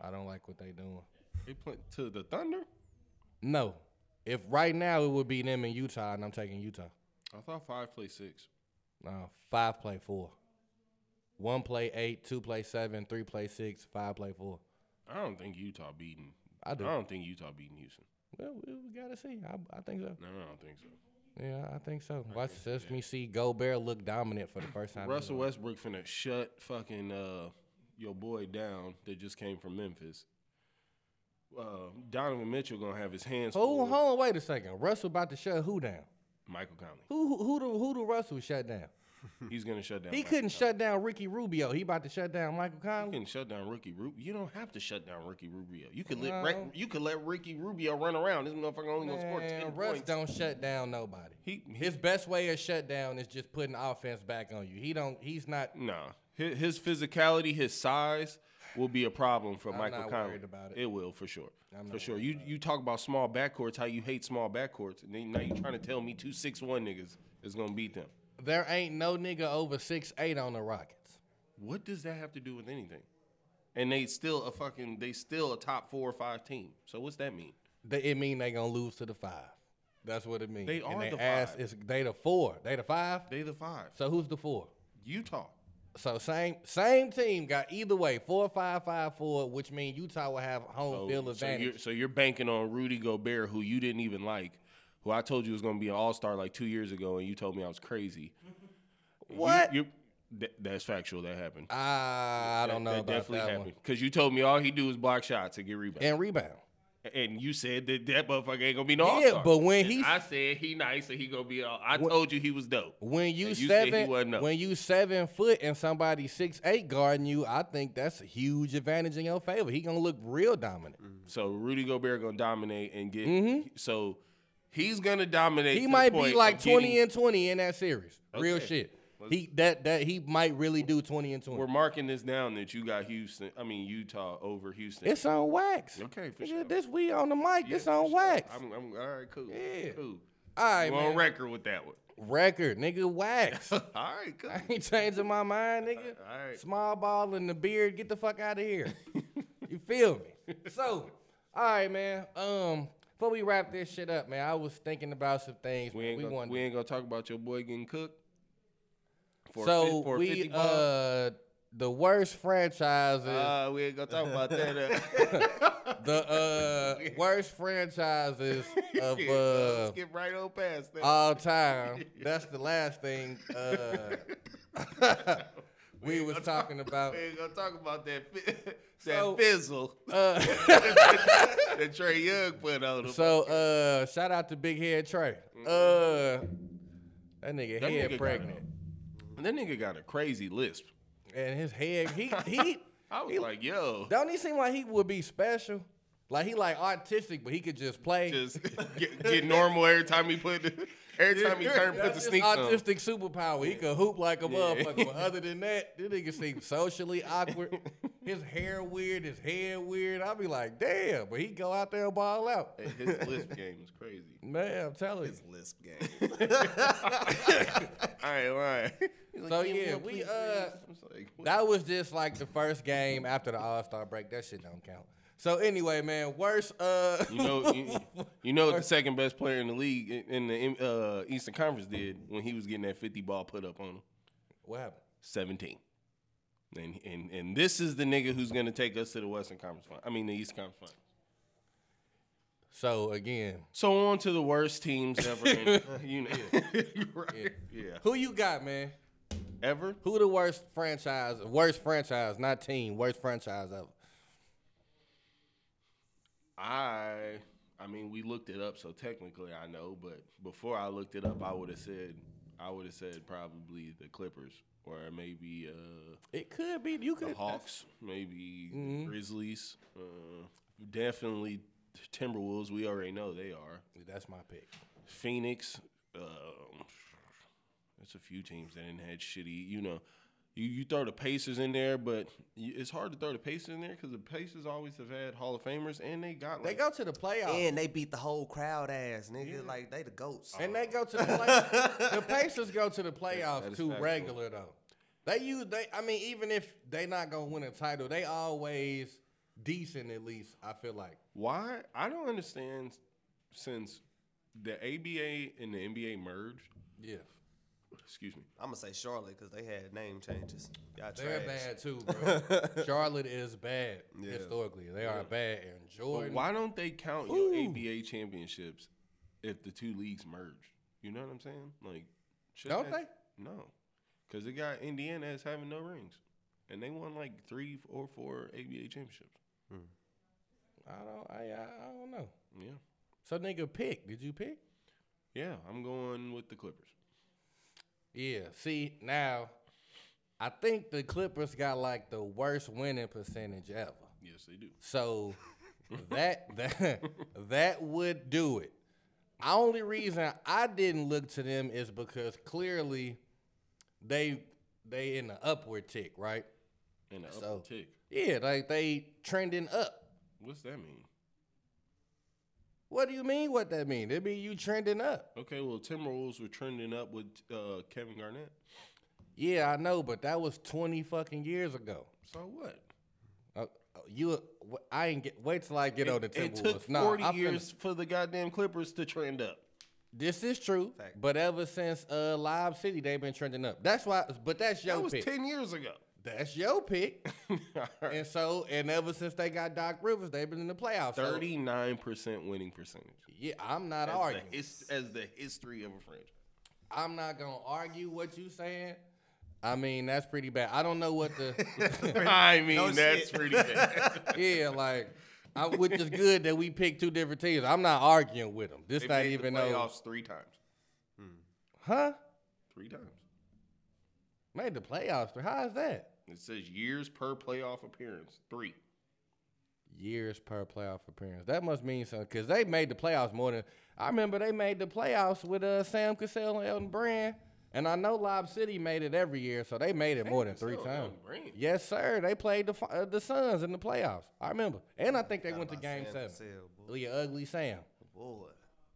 C: I don't like what they doing.
B: They play to the Thunder.
C: No, if right now it would be them in Utah, and I'm taking Utah.
B: I thought five play six.
C: No, Uh, five play four. One play eight, two play seven, three play six, five play four.
B: I don't think Utah beating
C: I do.
B: I don't think Utah beating Houston.
C: Well, we, we gotta see. I, I think so.
B: No, I don't think so.
C: Yeah, I think so. Watch Sesame see Gobert look dominant for the first time. in a
B: Russell Westbrook finna shut fucking uh, your boy down that just came from Memphis. Uh, Donovan Mitchell gonna have his hands
C: Who?
B: full.
C: Hold on, wait a second. Russell about to shut who down?
B: Michael Conley.
C: Who? Who? Who? Do, who do Russell shut down?
B: He's gonna shut down.
C: He
B: Michael
C: couldn't
B: Conley.
C: shut down Ricky Rubio. He about to shut down Michael
B: You
C: Conley.
B: can shut down Ricky Rubio. You don't have to shut down Ricky Rubio. You could let
C: No.
B: Rick, you could let Ricky Rubio run around. This motherfucker only gonna score ten
C: Man, Russ
B: points.
C: don't shut down nobody.
B: He, he
C: His best way of shutdown is just putting offense back on you. He don't. He's not.
B: nah. His, his physicality, his size will be a problem for Michael
C: not
B: Conley.
C: worried about it.
B: will for sure. for sure. You you talk about small backcourts, how you hate small backcourts, and then now you trying to tell me two six one niggas is gonna beat them.
C: There ain't no nigga over six eight on the Rockets.
B: What does that have to do with anything? And they still a fucking they still a top four or five team. So what's that mean?
C: They, it mean they gonna lose to the five. That's what it means.
B: They are
C: and they
B: the
C: ass
B: five.
C: Is, they the four. They the five.
B: They the five.
C: So who's the four?
B: Utah.
C: So same same team got either way four five five four, which means Utah will have home field
B: Oh, so you're,
C: advantage.
B: so you're banking on Rudy Gobert, who you didn't even like, who I told you was going to be an All Star like two years ago, and you told me I was crazy. You-
C: What?
B: You, that- that's factual. That happened.
C: I don't know
B: that,
C: about that one.
B: because you told me all he do is block shots and get rebounds,
C: And rebound.
B: and, you said that that motherfucker ain't gonna be no
C: Yeah,
B: All Star.
C: but when he-
B: I said he nice and he gonna be, all, I told you he was dope.
C: When you,
B: And you said he
C: seven,
B: wasn't up.
C: when you seven foot and somebody six eight guarding you, I think that's a huge advantage in your favor. He gonna look real dominant.
B: So Rudy Gobert gonna dominate and get. So he's gonna dominate.
C: Mm-hmm. He
B: to the
C: might be
B: point
C: like
B: of
C: twenty
B: getting-
C: and twenty in that series. Real
B: Okay.
C: shit. He that that he might really do twenty and
B: We're
C: twenty.
B: marking this down that you got Houston. I mean Utah over Houston.
C: It's on wax.
B: Okay, for
C: Nigga,
B: sure.
C: This we on the mic.
B: Yeah,
C: this on
B: for sure.
C: wax.
B: I'm, I'm all right. Cool.
C: Yeah.
B: Cool.
C: All right,
B: We're on
C: man.
B: record with that one.
C: Record, nigga, wax.
B: all right. Cool.
C: I ain't changing my mind, nigga.
B: All right.
C: Small ball and the beard, get the fuck out of here. you feel me? So, all right, man. Um, before we wrap this shit up, man, I was thinking about some things
B: We
C: man,
B: ain't
C: we
B: gonna,
C: wanted.
B: we ain't gonna talk about your boy getting cooked. For a
C: so
B: fif- for a
C: we
B: 50 ball?
C: uh the worst franchises,
B: Uh, we ain't gonna talk about that. Uh,
C: the uh worst franchises of
B: yeah, let's
C: uh
B: skip right on past that.
C: all time. That's the last thing uh we was talking about.
B: we ain't gonna talk about that fi- that
C: So-
B: fizzle
C: Uh
B: that Trey Young put on him.
C: So uh shout out to Big Head Trey. Uh that nigga
B: Mm-hmm. That nigga
C: head
B: got
C: pregnant.
B: that nigga got a crazy lisp.
C: And his head he he
B: I was
C: He-
B: like, yo,
C: don't he seem like he would be special? Like he like artistic, but he could just play.
B: just get, get normal every time he put every time he turned put
C: That's
B: the
C: his
B: sneaks on.
C: autistic superpower. He could hoop like a motherfucker. But other than that, this nigga seems socially awkward. his hair weird, his head weird. I'll be like, damn, but he go out there and ball out.
B: Hey, His lisp game is crazy.
C: Man, I'm telling you.
D: His lisp game.
B: I ain't lying.
C: So yeah, we uh That was just like the first game after the All Star break. That shit don't count. So anyway, man, worst. Uh,
B: you know, you, you know what the second best player in the league in the uh, Eastern Conference did when he was getting that fifty ball put up on him,
C: what happened?
B: seventeen. And and and this is the nigga who's gonna take us to the Western Conference Final. I mean the Eastern Conference Final.
C: So again,
B: So on to the worst teams ever. in, you know, right? yeah,
C: who you got, man?
B: ever.
C: Who the worst franchise? Worst franchise, not team. Worst franchise ever.
B: I I mean we looked it up, so technically I know, but before I looked it up I would have said I would have said probably the Clippers or maybe uh,
C: It could be. You
B: the
C: could.
B: Hawks, maybe the Grizzlies, uh, definitely Timberwolves. We already know they are
C: That's my pick.
B: Phoenix. Um, that's a few teams that didn't had shitty. You know, you, you throw the Pacers in there, but you, it's hard to throw the Pacers in there because the Pacers always have had Hall of Famers and they got like
C: They go to the playoffs.
D: and they beat the whole crowd ass, nigga. Like they the goats.
C: And they go to the play- the Pacers go to the playoffs
B: is
C: too
B: factual.
C: regular though. They use they I mean even if they not gonna win a title, they always decent at least. I feel like
B: Why? I don't understand since the ABA and the NBA merged,
C: yeah.
B: Excuse me.
D: I'm gonna say Charlotte because they had name changes. Y'all
E: They're
D: trash.
E: bad too, bro. Charlotte is bad historically. They are bad, and
B: But
E: Jordan.
B: why don't they count your ABA championships if the two leagues merge? You know what I'm saying? Like, should
E: Don't
B: they? No, because they got Indiana as having no rings, and they won like three or four ABA championships.
C: I don't. I, I I don't know.
B: Yeah,
C: So nigga, pick. Did you pick?
B: yeah. I'm going with the Clippers.
C: Yeah. See now, I think the Clippers got like the worst winning percentage ever.
B: Yes, they do.
C: So that that that would do it. I only reason I didn't look to them is because clearly they they in the upward tick, right?
B: And the upper
C: So-
B: tick.
C: Yeah, like they trending up.
B: What's that mean?
C: What do you mean? What that mean? It mean you trending up.
B: Okay, well, Timberwolves were trending up with uh, Kevin Garnett.
C: Yeah, I know, but that was twenty fucking years ago.
B: So what?
C: Uh, you, wh- I ain't get. Wait till I get on the Timberwolves.
B: It took
C: Nah,
B: 40
C: I finna-
B: years for the goddamn Clippers to trend up.
C: This is true,
D: Fact.
C: but ever since uh, Live City, they've been trending up. That's why. But that's your
B: That was
C: pick.
B: 10 years ago.
C: That's your pick.
B: Alright.
C: and so, and ever since they got Doc Rivers, they've been in the playoffs. So,
B: 39% winning percentage.
C: yeah, I'm not
B: As
C: arguing.
B: the, his, as the history of a franchise.
C: I'm not gonna argue what you saying. I mean, that's pretty bad. I don't know what the.
B: I mean,
D: No
B: that's
D: shit.
B: pretty bad.
C: yeah, like, I, which is good that we picked two different teams. I'm not arguing with them. This
B: They
C: not
B: made
C: even
B: the
C: no-
B: playoffs three times.
C: huh?
B: Three times.
C: Made the playoffs. but How is that?
B: It says years per playoff appearance. Three.
C: years per playoff appearance. That must mean something because they made the playoffs more than I remember. They made the playoffs with uh, Sam Cassell and Elton Brand, and I know Lob City made it every year, so they made it more than three
B: Cassell and
C: times.
B: Elton Brand.
C: Yes, sir. They played the Fi- uh, the Suns in the playoffs. I remember, and I think they went to
D: about
C: Game
D: Sam
C: Seven.
D: Cassell, boy.
C: Oh, yeah, ugly Sam.
D: Boy,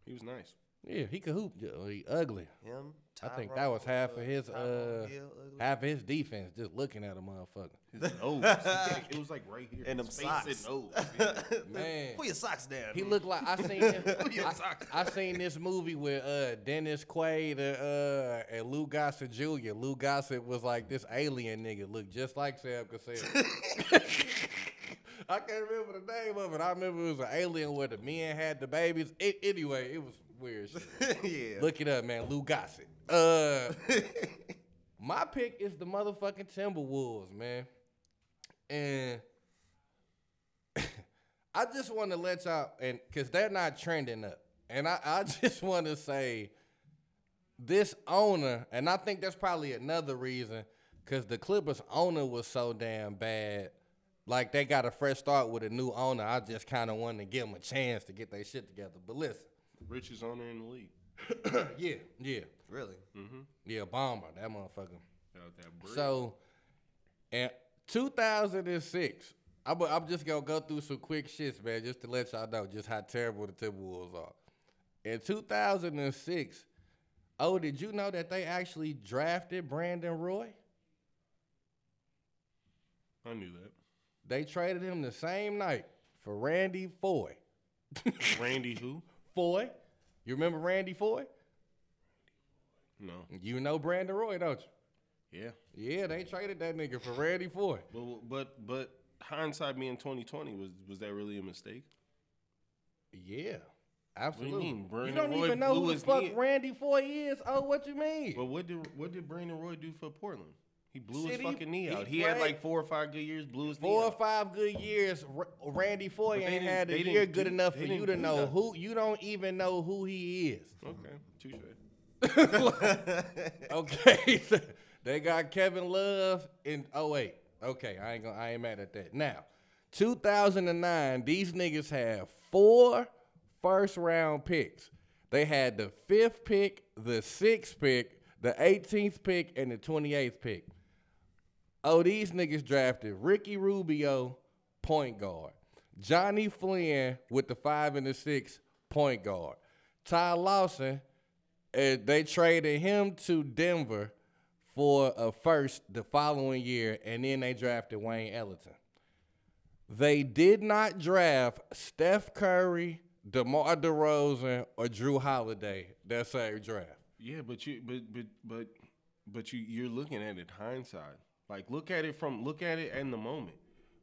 B: He was nice.
C: Yeah, he could hoop. Yeah, oh, he ugly.
D: him.
C: I think
D: Tyrone,
C: that was half
D: uh,
C: of his
D: Tyrone
C: uh
D: Hill, ugly.
C: half of his defense just looking at a motherfucker.
B: His nose. Like, it was like right here.
D: And them
B: His face
D: socks.
B: nose. man.
C: Man.
D: Put your socks down.
C: He
D: man.
C: looked like I seen I, I seen this movie with uh, Dennis Quaid and, uh, and Lou Gossett Jr. Lou Gossett was like this alien nigga looked just like Sam Cassell. I can't remember the name of it. I remember it was an alien where the men had the babies. It, anyway, it was weird shit.
D: yeah.
C: Look it up, man. Lou Gossett. Uh, my pick is the motherfucking Timberwolves, man. And I just want to let y'all, and because they're not trending up. And I, I just want to say this owner, and I think that's probably another reason, because the Clippers owner was so damn bad. Like they got a fresh start with a new owner. I just kind of wanted to give them a chance to get their shit together. But listen,
B: Richest owner in the league.
C: yeah, yeah.
D: Really?
C: Yeah, bomber, that motherfucker.
B: Out that brick.
C: So, in 2006, I'm, I'm just gonna go through some quick shits, man, just to let y'all know just how terrible the Timberwolves are. In 2006, oh, did you know that they actually drafted Brandon Roy?
B: I knew that.
C: They traded him the same night for Randy Foy.
B: Randy who?
C: Foy, you remember Randy Foy?
B: No.
C: You know Brandon Roy, don't
B: Yeah.
C: you? Yeah, they traded that nigga for Randy Foy.
B: But but but hindsight being twenty twenty was was that really a mistake?
C: Yeah, absolutely.
B: mean, Brandon
C: don't
B: Roy
C: even know
B: blew
C: who the
B: his
C: fuck
B: knee-
C: Randy Foy is. Oh, what you mean?
B: But what did what did Brandon Roy do for Portland? He blew
C: Shit,
B: his
C: he-
B: fucking knee
C: he
B: out. He had
C: played-
B: like four or five good years. Blew his
C: Four or
B: knee out.
C: five good years, R- Randy Foy
B: they
C: ain't
B: didn't-
C: had a
B: they didn't
C: year good
B: do-
C: enough
B: they
C: for you
B: didn't
C: to
B: do
C: know
B: nothing.
C: who. You don't even know who he is.
B: Okay, touche.
C: Okay, they got Kevin Love in 08. Okay, I ain't gonna, I ain't mad at that. Now, 2009, these niggas had four first round picks. They had the fifth pick, the sixth pick, the 18th pick, and the 28th pick. Oh, these niggas drafted Ricky Rubio, point guard. Johnny Flynn with the five and the six, point guard. Ty Lawson, uh, they traded him to Denver for a first the following year, and then they drafted Wayne Ellington. They did not draft Steph Curry, DeMar DeRozan, or Drew Holiday that same draft.
B: Yeah, but you but but but but you you're looking at it hindsight. Like look at it from look at it in the moment.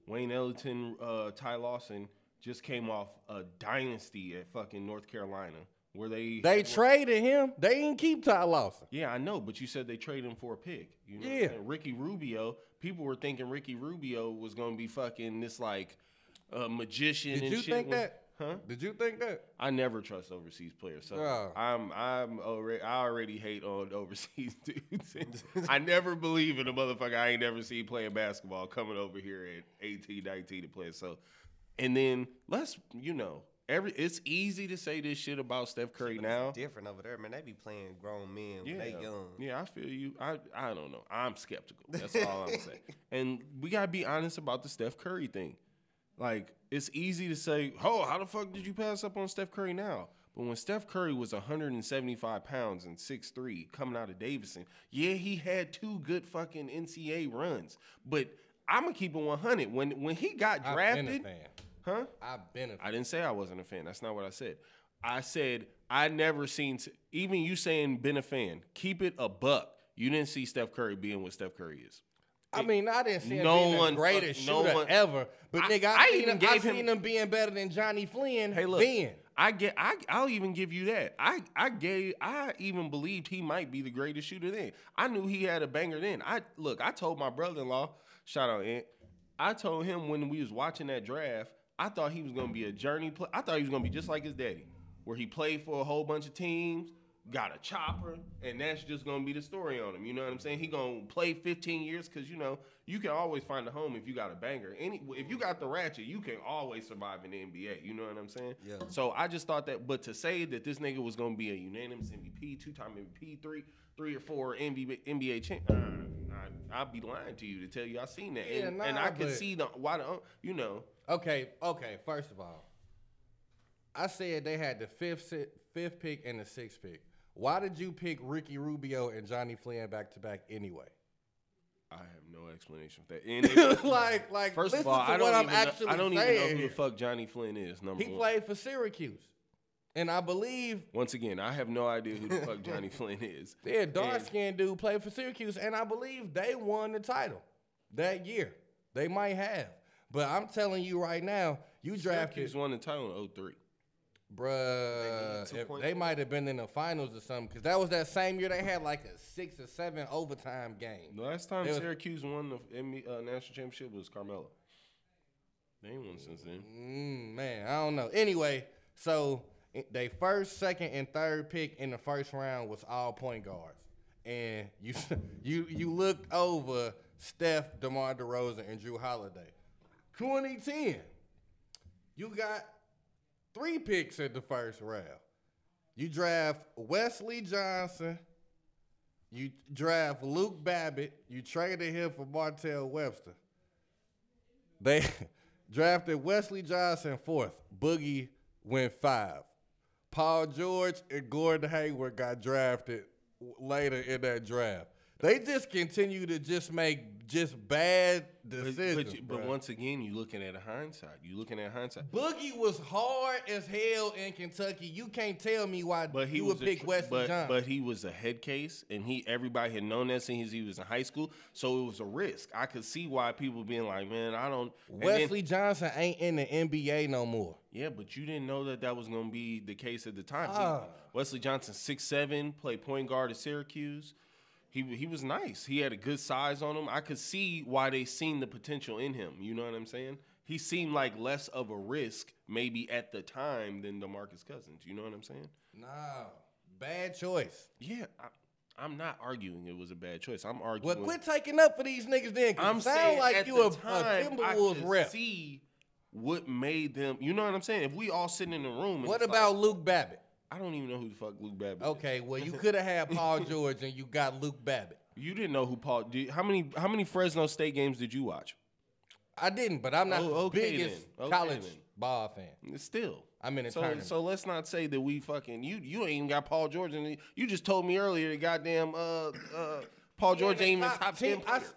B: Wayne Ellington, uh, Ty Lawson just came off a dynasty at fucking North Carolina where they
F: They traded him. They didn't keep Ty Lawson.
B: yeah, I know, but you said they traded him for a pick. You know what I'm
F: Yeah.
B: saying? Ricky Rubio. People were thinking Ricky Rubio was gonna be fucking this like uh, magician.
F: Did
B: and
F: you
B: shit
F: think
B: when-
F: that?
B: Huh?
F: Did you think that?
B: I never trust overseas players. So
F: Oh.
B: I'm I'm already I already hate on overseas dudes. I never believe in a motherfucker I ain't never seen playing basketball coming over here at 18, 19 to play. So and then let's you know, every it's easy to say this shit about Steph Curry now.
D: Different over there, man. They be playing grown men when
B: Yeah.
D: they young.
B: Yeah, I feel you. I I don't know. I'm skeptical. That's all I'm saying. And we gotta be honest about the Steph Curry thing. Like it's easy to say, "Oh, how the fuck did you pass up on Steph Curry now?" But when Steph Curry was 175 pounds and 6'3 coming out of Davidson, yeah, he had two good fucking NCAA runs. But I'm gonna keep it 100. When when he got
C: I've been a
B: drafted,
C: fan.
B: huh?
C: I've been a fan.
B: I didn't say I wasn't a fan. That's not what I said. I said I never seen even you saying been a fan. Keep it a buck. You didn't see Steph Curry being what Steph Curry is.
F: I mean, I didn't see him
B: No
F: being
B: one
F: the greatest
B: fuck- no
F: shooter
B: one-
F: ever. But
B: I-
F: nigga, I,
B: I
F: seen
B: even
F: him, I
B: gave
F: seen
B: him-
F: him being better than Johnny Flynn.
B: Hey, look,
F: then.
B: I get I I'll even give you that. I I gave I even believed he might be the greatest shooter then. I knew he had a banger then. I look, I told my brother-in-law, shout out Ant, I told him when we was watching that draft, I thought he was gonna be a journey play. I thought he was gonna be just like his daddy, where he played for a whole bunch of teams, got a chopper, and that's just gonna be the story on him. You know what I'm saying? He gonna play 15 years because you know you can always find a home if you got a banger. Any if you got the ratchet, you can always survive in the NBA. You know what I'm saying?
D: Yeah.
B: So I just thought that, but to say that this nigga was gonna be a unanimous MVP, two-time MVP, three, three or four NBA NBA champ, uh, I, I'd be lying to you to tell you I seen that,
C: Yeah,
B: and,
C: nah,
B: and I could
C: but-
B: see the why the you know
C: Okay, okay. First of all, I said they had the fifth si- fifth pick and the sixth pick. Why did you pick Ricky Rubio and Johnny Flynn back to back anyway?
B: I have no explanation for that. And it-
C: like, like.
B: First of
C: listen
B: all, I
C: to
B: don't,
C: what I'm
B: even, know-
C: actually
B: I don't even
C: saying.
B: know who
C: here.
B: the fuck Johnny Flynn is. Number
C: He
B: one.
C: played for Syracuse, and I believe
B: Once again, I have no idea who the fuck Johnny Flynn is.
C: yeah, dark
B: And-
C: skinned dude played for Syracuse, and I believe they won the title that year. They might have, but I'm telling you right now, you drafted
B: Syracuse won the title in 03.
D: needed
C: Bruh,
D: two
C: if
D: point-
C: they might have been in the finals or something because that was that same year they had like a six or seven overtime game.
B: The last time
C: They was-
B: Syracuse won the NBA, uh, national championship was Carmelo. They ain't won since then.
C: Mm, man, I don't know. Anyway, so i- they first, second, and third pick in the first round was all point guards, and you you you looked over Steph, DeMar DeRozan, and Drew Holiday. 2010, you got three picks in the first round. You draft Wesley Johnson. You draft Luke Babbitt. You traded him for Martell Webster. They drafted Wesley Johnson fourth. Boogie went five. Paul George and Gordon Hayward got drafted w- later in that draft. They just continue to just make just bad
B: But,
C: decisions.
B: but, you- but
C: bruh.
B: once again, you looking at a hindsight. You looking at hindsight.
C: Boogie was hard as hell in Kentucky. You can't tell me why
B: But he
C: you
B: was
C: would
B: a
C: pick
B: tr-
C: Wesley
B: but,
C: Johnson.
B: But he was a head case, and he everybody had known that since he was in high school. So it was a risk. I could see why people being like, "Man, I don't." and then-
C: Wesley Johnson ain't in the NBA no more.
B: Yeah, but you didn't know that that was going to be the case at the time. He-
C: Ah.
B: Wesley Johnson, six seven, played point guard at Syracuse. He he was nice. He had a good size on him. I could see why they seen the potential in him. You know what I'm saying? He seemed like less of a risk maybe at the time than DeMarcus Cousins. You know what I'm saying?
C: No, bad choice.
B: Yeah, I, I'm not arguing it was a bad choice. I'm arguing.
C: Well, quit taking up for these niggas then.
B: I'm
C: i sound
B: saying
C: like
B: at
C: you
B: the
C: a, a
B: time, I
C: Timberwolves
B: could
C: rep.
B: See what made them. You know what I'm saying? If we all sitting in the room, and
C: What
B: it's like-
C: about Luke Babbitt?
B: I don't even know who the fuck Luke Babbitt. is.
C: Okay, well you could have had Paul George and you got Luke Babbitt.
B: You didn't know who Paul. Did, how many how many Fresno State games did you watch?
C: I didn't, but I'm not
B: Oh,
C: the
B: okay
C: biggest
B: then. Okay
C: college
B: then.
C: ball fan.
B: Still,
C: I'm in a
B: so
C: tournament.
B: so let's not say that we fucking you. You ain't even got Paul George in. it. You just told me earlier that goddamn uh uh Paul George ain't even top ten
C: I
B: player,
C: s-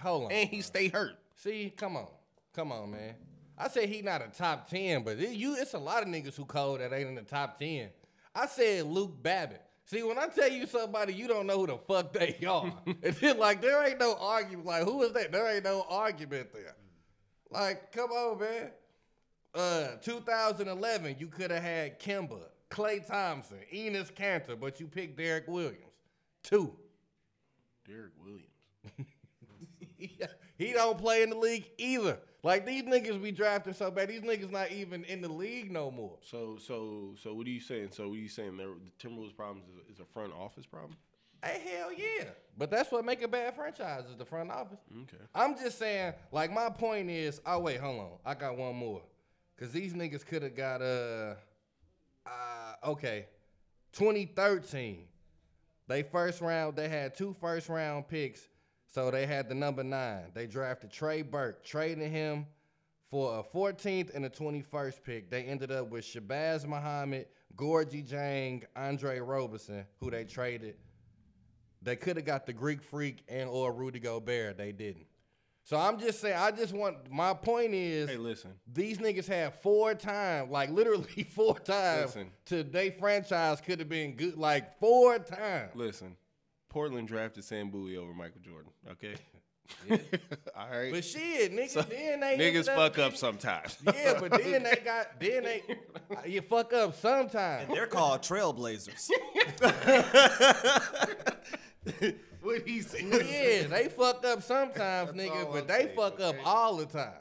C: hold on.
B: and he stay hurt.
C: See, come on, come on, man. I said he not a top ten, but it, you, it's a lot of niggas who cold that ain't in the top ten. I said Luke Babbitt See, when I tell you somebody, you don't know who the fuck they are. and then, like, there ain't no argument. Like, who is that? There ain't no argument there. Like, come on, man. Uh, 2011, you could have had Kimba, Clay Thompson, Enos Cantor, but you picked Derek Williams. Two.
B: Derek Williams.
C: he don't play in the league either. Like these niggas be drafting so bad, these niggas not even in the league no more.
B: So so so what are you saying? So what are you saying? There, the Timberwolves' problems is, is a front office problem.
C: Hey, hell yeah. But that's what make a bad franchise is the front office.
B: Okay.
C: I'm just saying, like my point is, oh wait, hold on, I got one more, cause these niggas could have got uh, uh, okay, 2013, they first round, they had two first round picks, so they had the number nine. They drafted Trey Burke, trading him for a 14th and a 21st pick. They ended up with Shabazz Muhammad, Gorgie Jang, Andre Robeson, who they traded they could have got the Greek Freak and or Rudy Gobert. They didn't. So I'm just saying. I just want. My point is,
B: Hey, listen.
C: these niggas had four times, like literally four times,
B: Listen.
C: to they franchise could have been good, like four times.
B: Listen, Portland drafted Sam Bowie over Michael Jordan. Okay. All right.
C: But shit, niggas, then they ended
B: Niggas fuck up
C: getting-
B: sometimes.
C: Yeah, but then they got then they you fuck up sometimes.
D: They're called Trailblazers.
B: what he said.
C: yeah, they fucked up sometimes, nigga,
B: all
C: but
B: I'm
C: they
B: saying,
C: fuck up
B: okay?
C: all the time.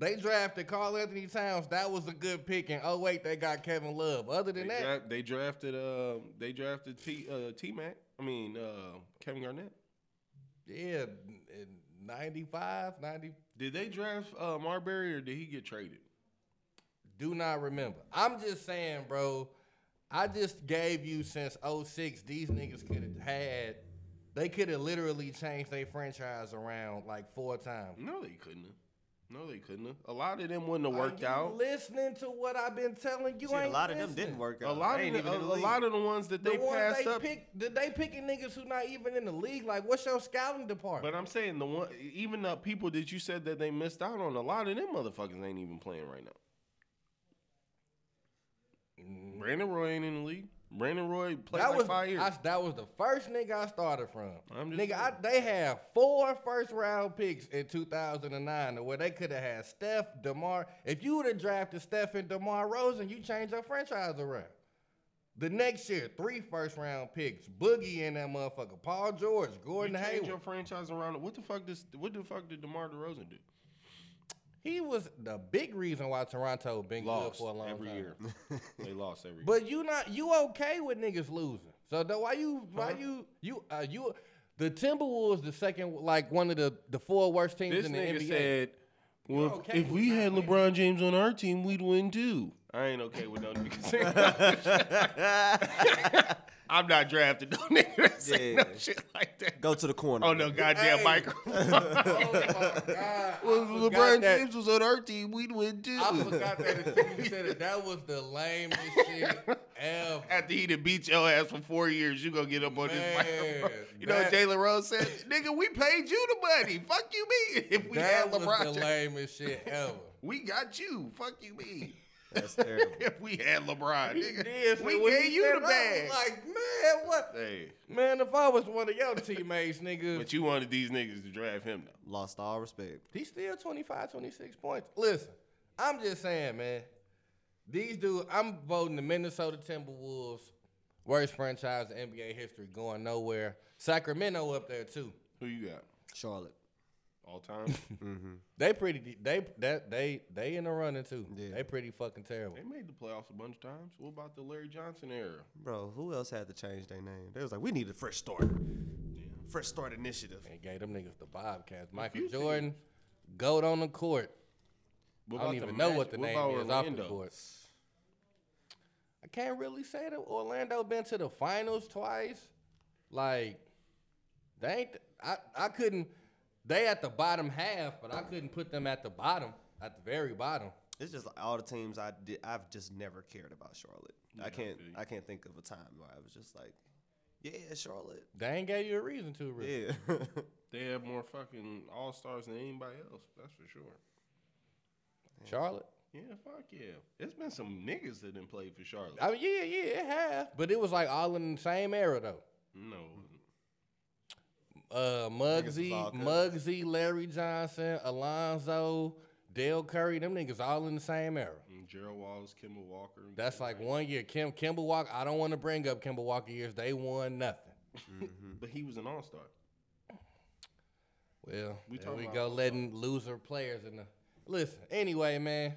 C: They drafted Carl Anthony Towns. That was a good pick. And oh wait, they got Kevin Love. Other
B: They,
C: than that,
B: dra- they drafted. Uh, they drafted T. Uh, T. Mac. I mean, uh, Kevin Garnett.
C: yeah, in 95, 90,
B: Did they draft uh, Marbury or did he get traded?
C: do not remember. I'm just saying, bro, I just gave you since 06, these niggas could have had, they could have literally changed their franchise around like four times.
B: No, they couldn't. have. No, they couldn't. have. A lot of them wouldn't have
C: Are
B: worked
C: you
B: out.
C: Listening to what I've been telling you,
D: Shit, a
C: ain't
D: lot of them
C: listening.
D: didn't work
B: A
D: out.
B: lot
D: They
B: of
D: ain't
B: the,
D: even in the
B: a, a
D: league.
B: lot of the ones that they
C: the ones
B: passed
C: they
B: up.
C: pick, did they picking niggas who not even in the league? Like, what's your scouting department?
B: But I'm saying the one, even the people that you said that they missed out on, a lot of them motherfuckers ain't even playing right now. Brandon Roy ain't in the league. Brandon Roy played
C: Mm. that
B: like
C: was
B: five years.
C: I, that was the first nigga I started from.
B: I'm just
C: nigga, I, they had four first round picks in 2009, to where they could have had Steph, Demar. If you would have drafted Steph and Demar Rosen, you change your franchise around. The next year, three first round picks: Boogie and that motherfucker, Paul George,
B: you
C: Gordon
B: change
C: Hayward.
B: your franchise around. What the fuck does? What the fuck did Demar Derozan do?
C: he was the big reason why Toronto been good
B: Lost
C: for a long
B: every
C: time.
B: year. they lost every year.
C: But you not you okay with niggas losing? So the, why you why you you uh, you the Timberwolves the second like one of the the four worst teams
B: This
C: in the
B: nigga
C: NBA.
B: said, "Well, if,
C: okay
B: if
C: with
B: we
C: not
B: had
C: winning.
B: LeBron James on our team, we'd win too." I ain't okay with no nigga saying that. I'm not drafted no nigga that say no
D: Yeah.
B: shit like that.
D: Go to the corner.
B: Oh no, goddamn
C: Hey.
B: microphone.
C: oh my god,
B: Well, if LeBron James was on our team, we'd win too.
C: I forgot that until you said it. That was the lamest shit ever.
B: After he done beat your ass for four years, you gonna get up on
C: Man,
B: this microphone. You know
C: that-
B: what Jalen Rose said? Nigga, we paid you the money. Fuck you mean? If we
C: that
B: had
C: was
B: LeBron
C: the
B: James,
C: lamest shit ever.
B: we got you. Fuck you mean?
D: That's terrible.
B: if we had LeBron, nigga,
C: Yes,
B: we
C: but when
B: gave
C: he
B: you
C: said
B: the
C: it, I
B: bag.
C: was Like man, what?
B: hey,
C: Man, if I was one of your teammates, nigga,
B: but you wanted these niggas to draft him though.
D: Lost all respect.
C: He still 25, 26 points. Listen, I'm just saying, man. These dudes, I'm voting the Minnesota Timberwolves worst franchise in NBA history going nowhere. Sacramento up there too.
B: Who you got?
D: Charlotte.
B: All time?
C: They pretty de- they that they they in the running too.
D: Yeah.
C: They pretty fucking terrible.
B: they made the playoffs a bunch of times. What about the Larry Johnson era?
D: Bro, who else had to change their name? They was like, we need a fresh start. Fresh start initiative.
C: They gave them niggas the Bobcats. Michael Jordan, goat on the court.
B: What
C: I don't
B: about
C: even know
B: Magic-
C: what the name
B: about
C: is off
B: Orlando?
C: the court. I can't really say that Orlando been to the finals twice. Like they ain't. I I couldn't. They at the bottom half, but I couldn't put them at the bottom, at the very bottom.
D: It's just like all the teams I did. I've just never cared about Charlotte. I can't. I can't think of a time where I was just like, yeah, Charlotte.
C: They ain't gave you a reason to really.
D: Yeah.
B: They have more fucking all stars than anybody else. That's for sure.
C: Charlotte.
B: Yeah, fuck yeah. It's been some niggas that didn't play for Charlotte.
C: I mean, yeah, yeah, it has. But it was like all in the same era though.
B: no,
C: Uh,
D: was
C: Muggsy,
D: all good.
C: Muggsy, Larry Johnson, Alonzo, Dale Curry. Them niggas all in the same era.
B: Mm, Gerald Wallace, Kimball Walker.
C: That's like one year. Kim Kimball Walker. I don't want to bring up Kimball Walker years. They won nothing.
B: Mm. but he was an all star.
C: Well,
B: We
C: there
B: talking
C: we
B: about
C: go letting loser players in the listen. Anyway, man.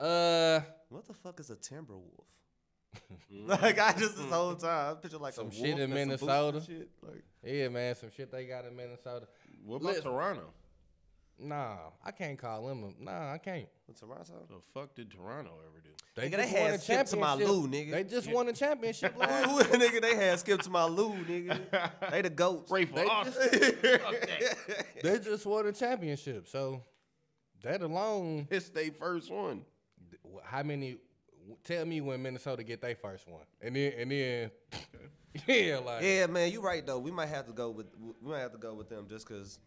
C: Uh,
D: What the fuck is a Timberwolf? like I just this whole time I picture like
C: Some
D: a
C: shit in
D: wolf and some boots and
C: Minnesota.
D: Shit. Like
C: yeah, man. Some shit they got in Minnesota.
B: What about
C: Listen.
B: Toronto?
C: Nah, I can't call them. A, nah, I can't.
D: in Toronto.
B: The fuck did Toronto ever do?
C: They
D: Nigga, they had Skip to my
C: championship-
D: Lou, nigga.
C: They just won a championship. last
D: Ooh, nigga, they had Skip to my Lou, nigga. They the goats.
B: Pray for
C: They
B: us.
C: They just won a championship, so that alone.
B: it's their first one.
C: wh- How many? Tell me when Minnesota get their first one, and then and then, yeah, like
D: Yeah, man, you right though. We might have to go with we might have to go with them just because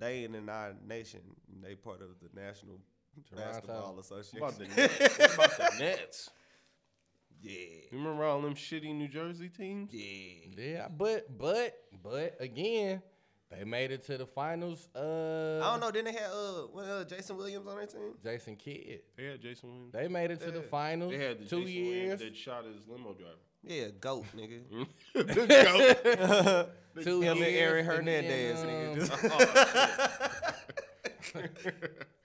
D: they ain't in our nation. They part of the National Basketball Association.
B: What about the Nets? What about the Nets?
D: yeah,
B: You remember all them shitty New Jersey teams?
D: yeah.
C: yeah, but but but again, they made it to the finals. Uh,
D: I don't know. Didn't they have uh, what, uh Jason Williams on their team?
C: Jason Kidd.
B: They had Jason Williams.
C: They made it to the finals.
B: They had the
C: two
B: Jason
C: years.
B: Williams that shot his limo driver.
D: Yeah, goat nigga.
C: two
D: Him and
C: years, then,
D: Aaron Hernandez,
C: um,
D: nigga. Just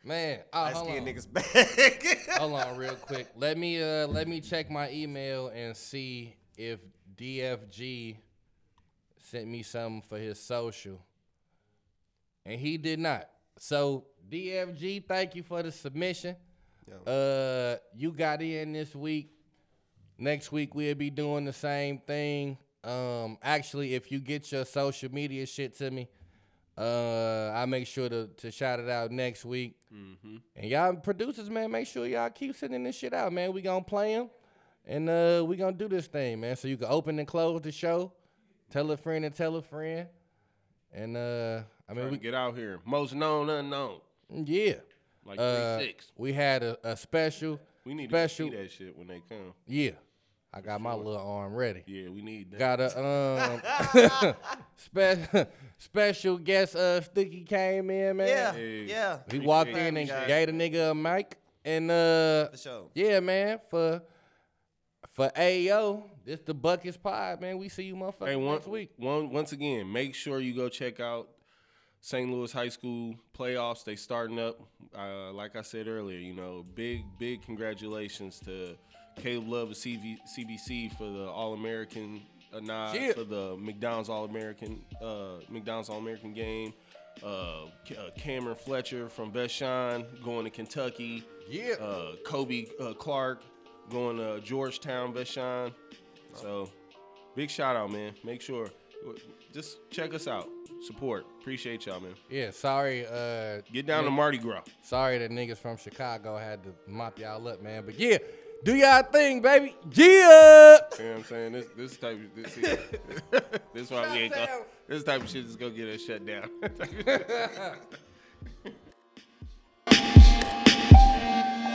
C: man, oh,
D: light
C: hold on.
D: skinned niggas back.
C: Hold on, real quick. Let me uh let me check my email and see if DFG sent me something for his social. And he did not. So DFG, thank you for the submission.
D: Yeah.
C: Uh, you got in this week. Next week we'll be doing the same thing. Um, actually, if you get your social media shit to me, uh, I make sure to to shout it out next week. And y'all producers, man, make sure y'all keep sending this shit out, man. We gonna play them, and uh, we gonna do this thing, man. So you can open and close the show, tell a friend and tell a friend, and uh, I mean,
B: Trying to
C: we
B: get out here. Most known unknown.
C: yeah,
B: Like
C: uh,
B: 36.
C: we had a, a special,
B: We need
C: special,
B: to see that shit when they come.
C: yeah. I got my little arm ready.
B: Yeah, we need that.
C: Got a um spe- special guest. Uh, Sticky came in, man.
D: yeah,
B: Hey.
D: yeah.
C: He walked
B: Appreciate
C: in and
D: you guys.
C: gave the nigga a mic and uh
D: The show.
C: yeah, man, for for AO, this the Buckets Pod, man. We see you motherfuckers
B: Hey, one,
C: next week.
B: one once again, make sure you go check out St. Louis High School playoffs. They starting up. Uh, like I said earlier, you know, big big congratulations to Caleb Love of CV, CBC for the All American uh, nod
C: Yeah.
B: for the McDonald's All American uh, McDonald's All American game. Uh, Ca- uh, Cameron Fletcher from Vashon going to Kentucky.
C: Yeah.
B: Uh, Kobe uh, Clark going to Georgetown Vashon. So Big shout out, man. Make sure. Just check us out. Support. Appreciate y'all, man.
C: Yeah, sorry, uh
B: Get down to Mardi Gras.
C: sorry that niggas from Chicago had to mop y'all up, man. But yeah, do y'all thing, baby. Yeah.
B: You know what I'm saying? This this type of this here, this why we ain't gonna, this type of shit is gonna get us shut down.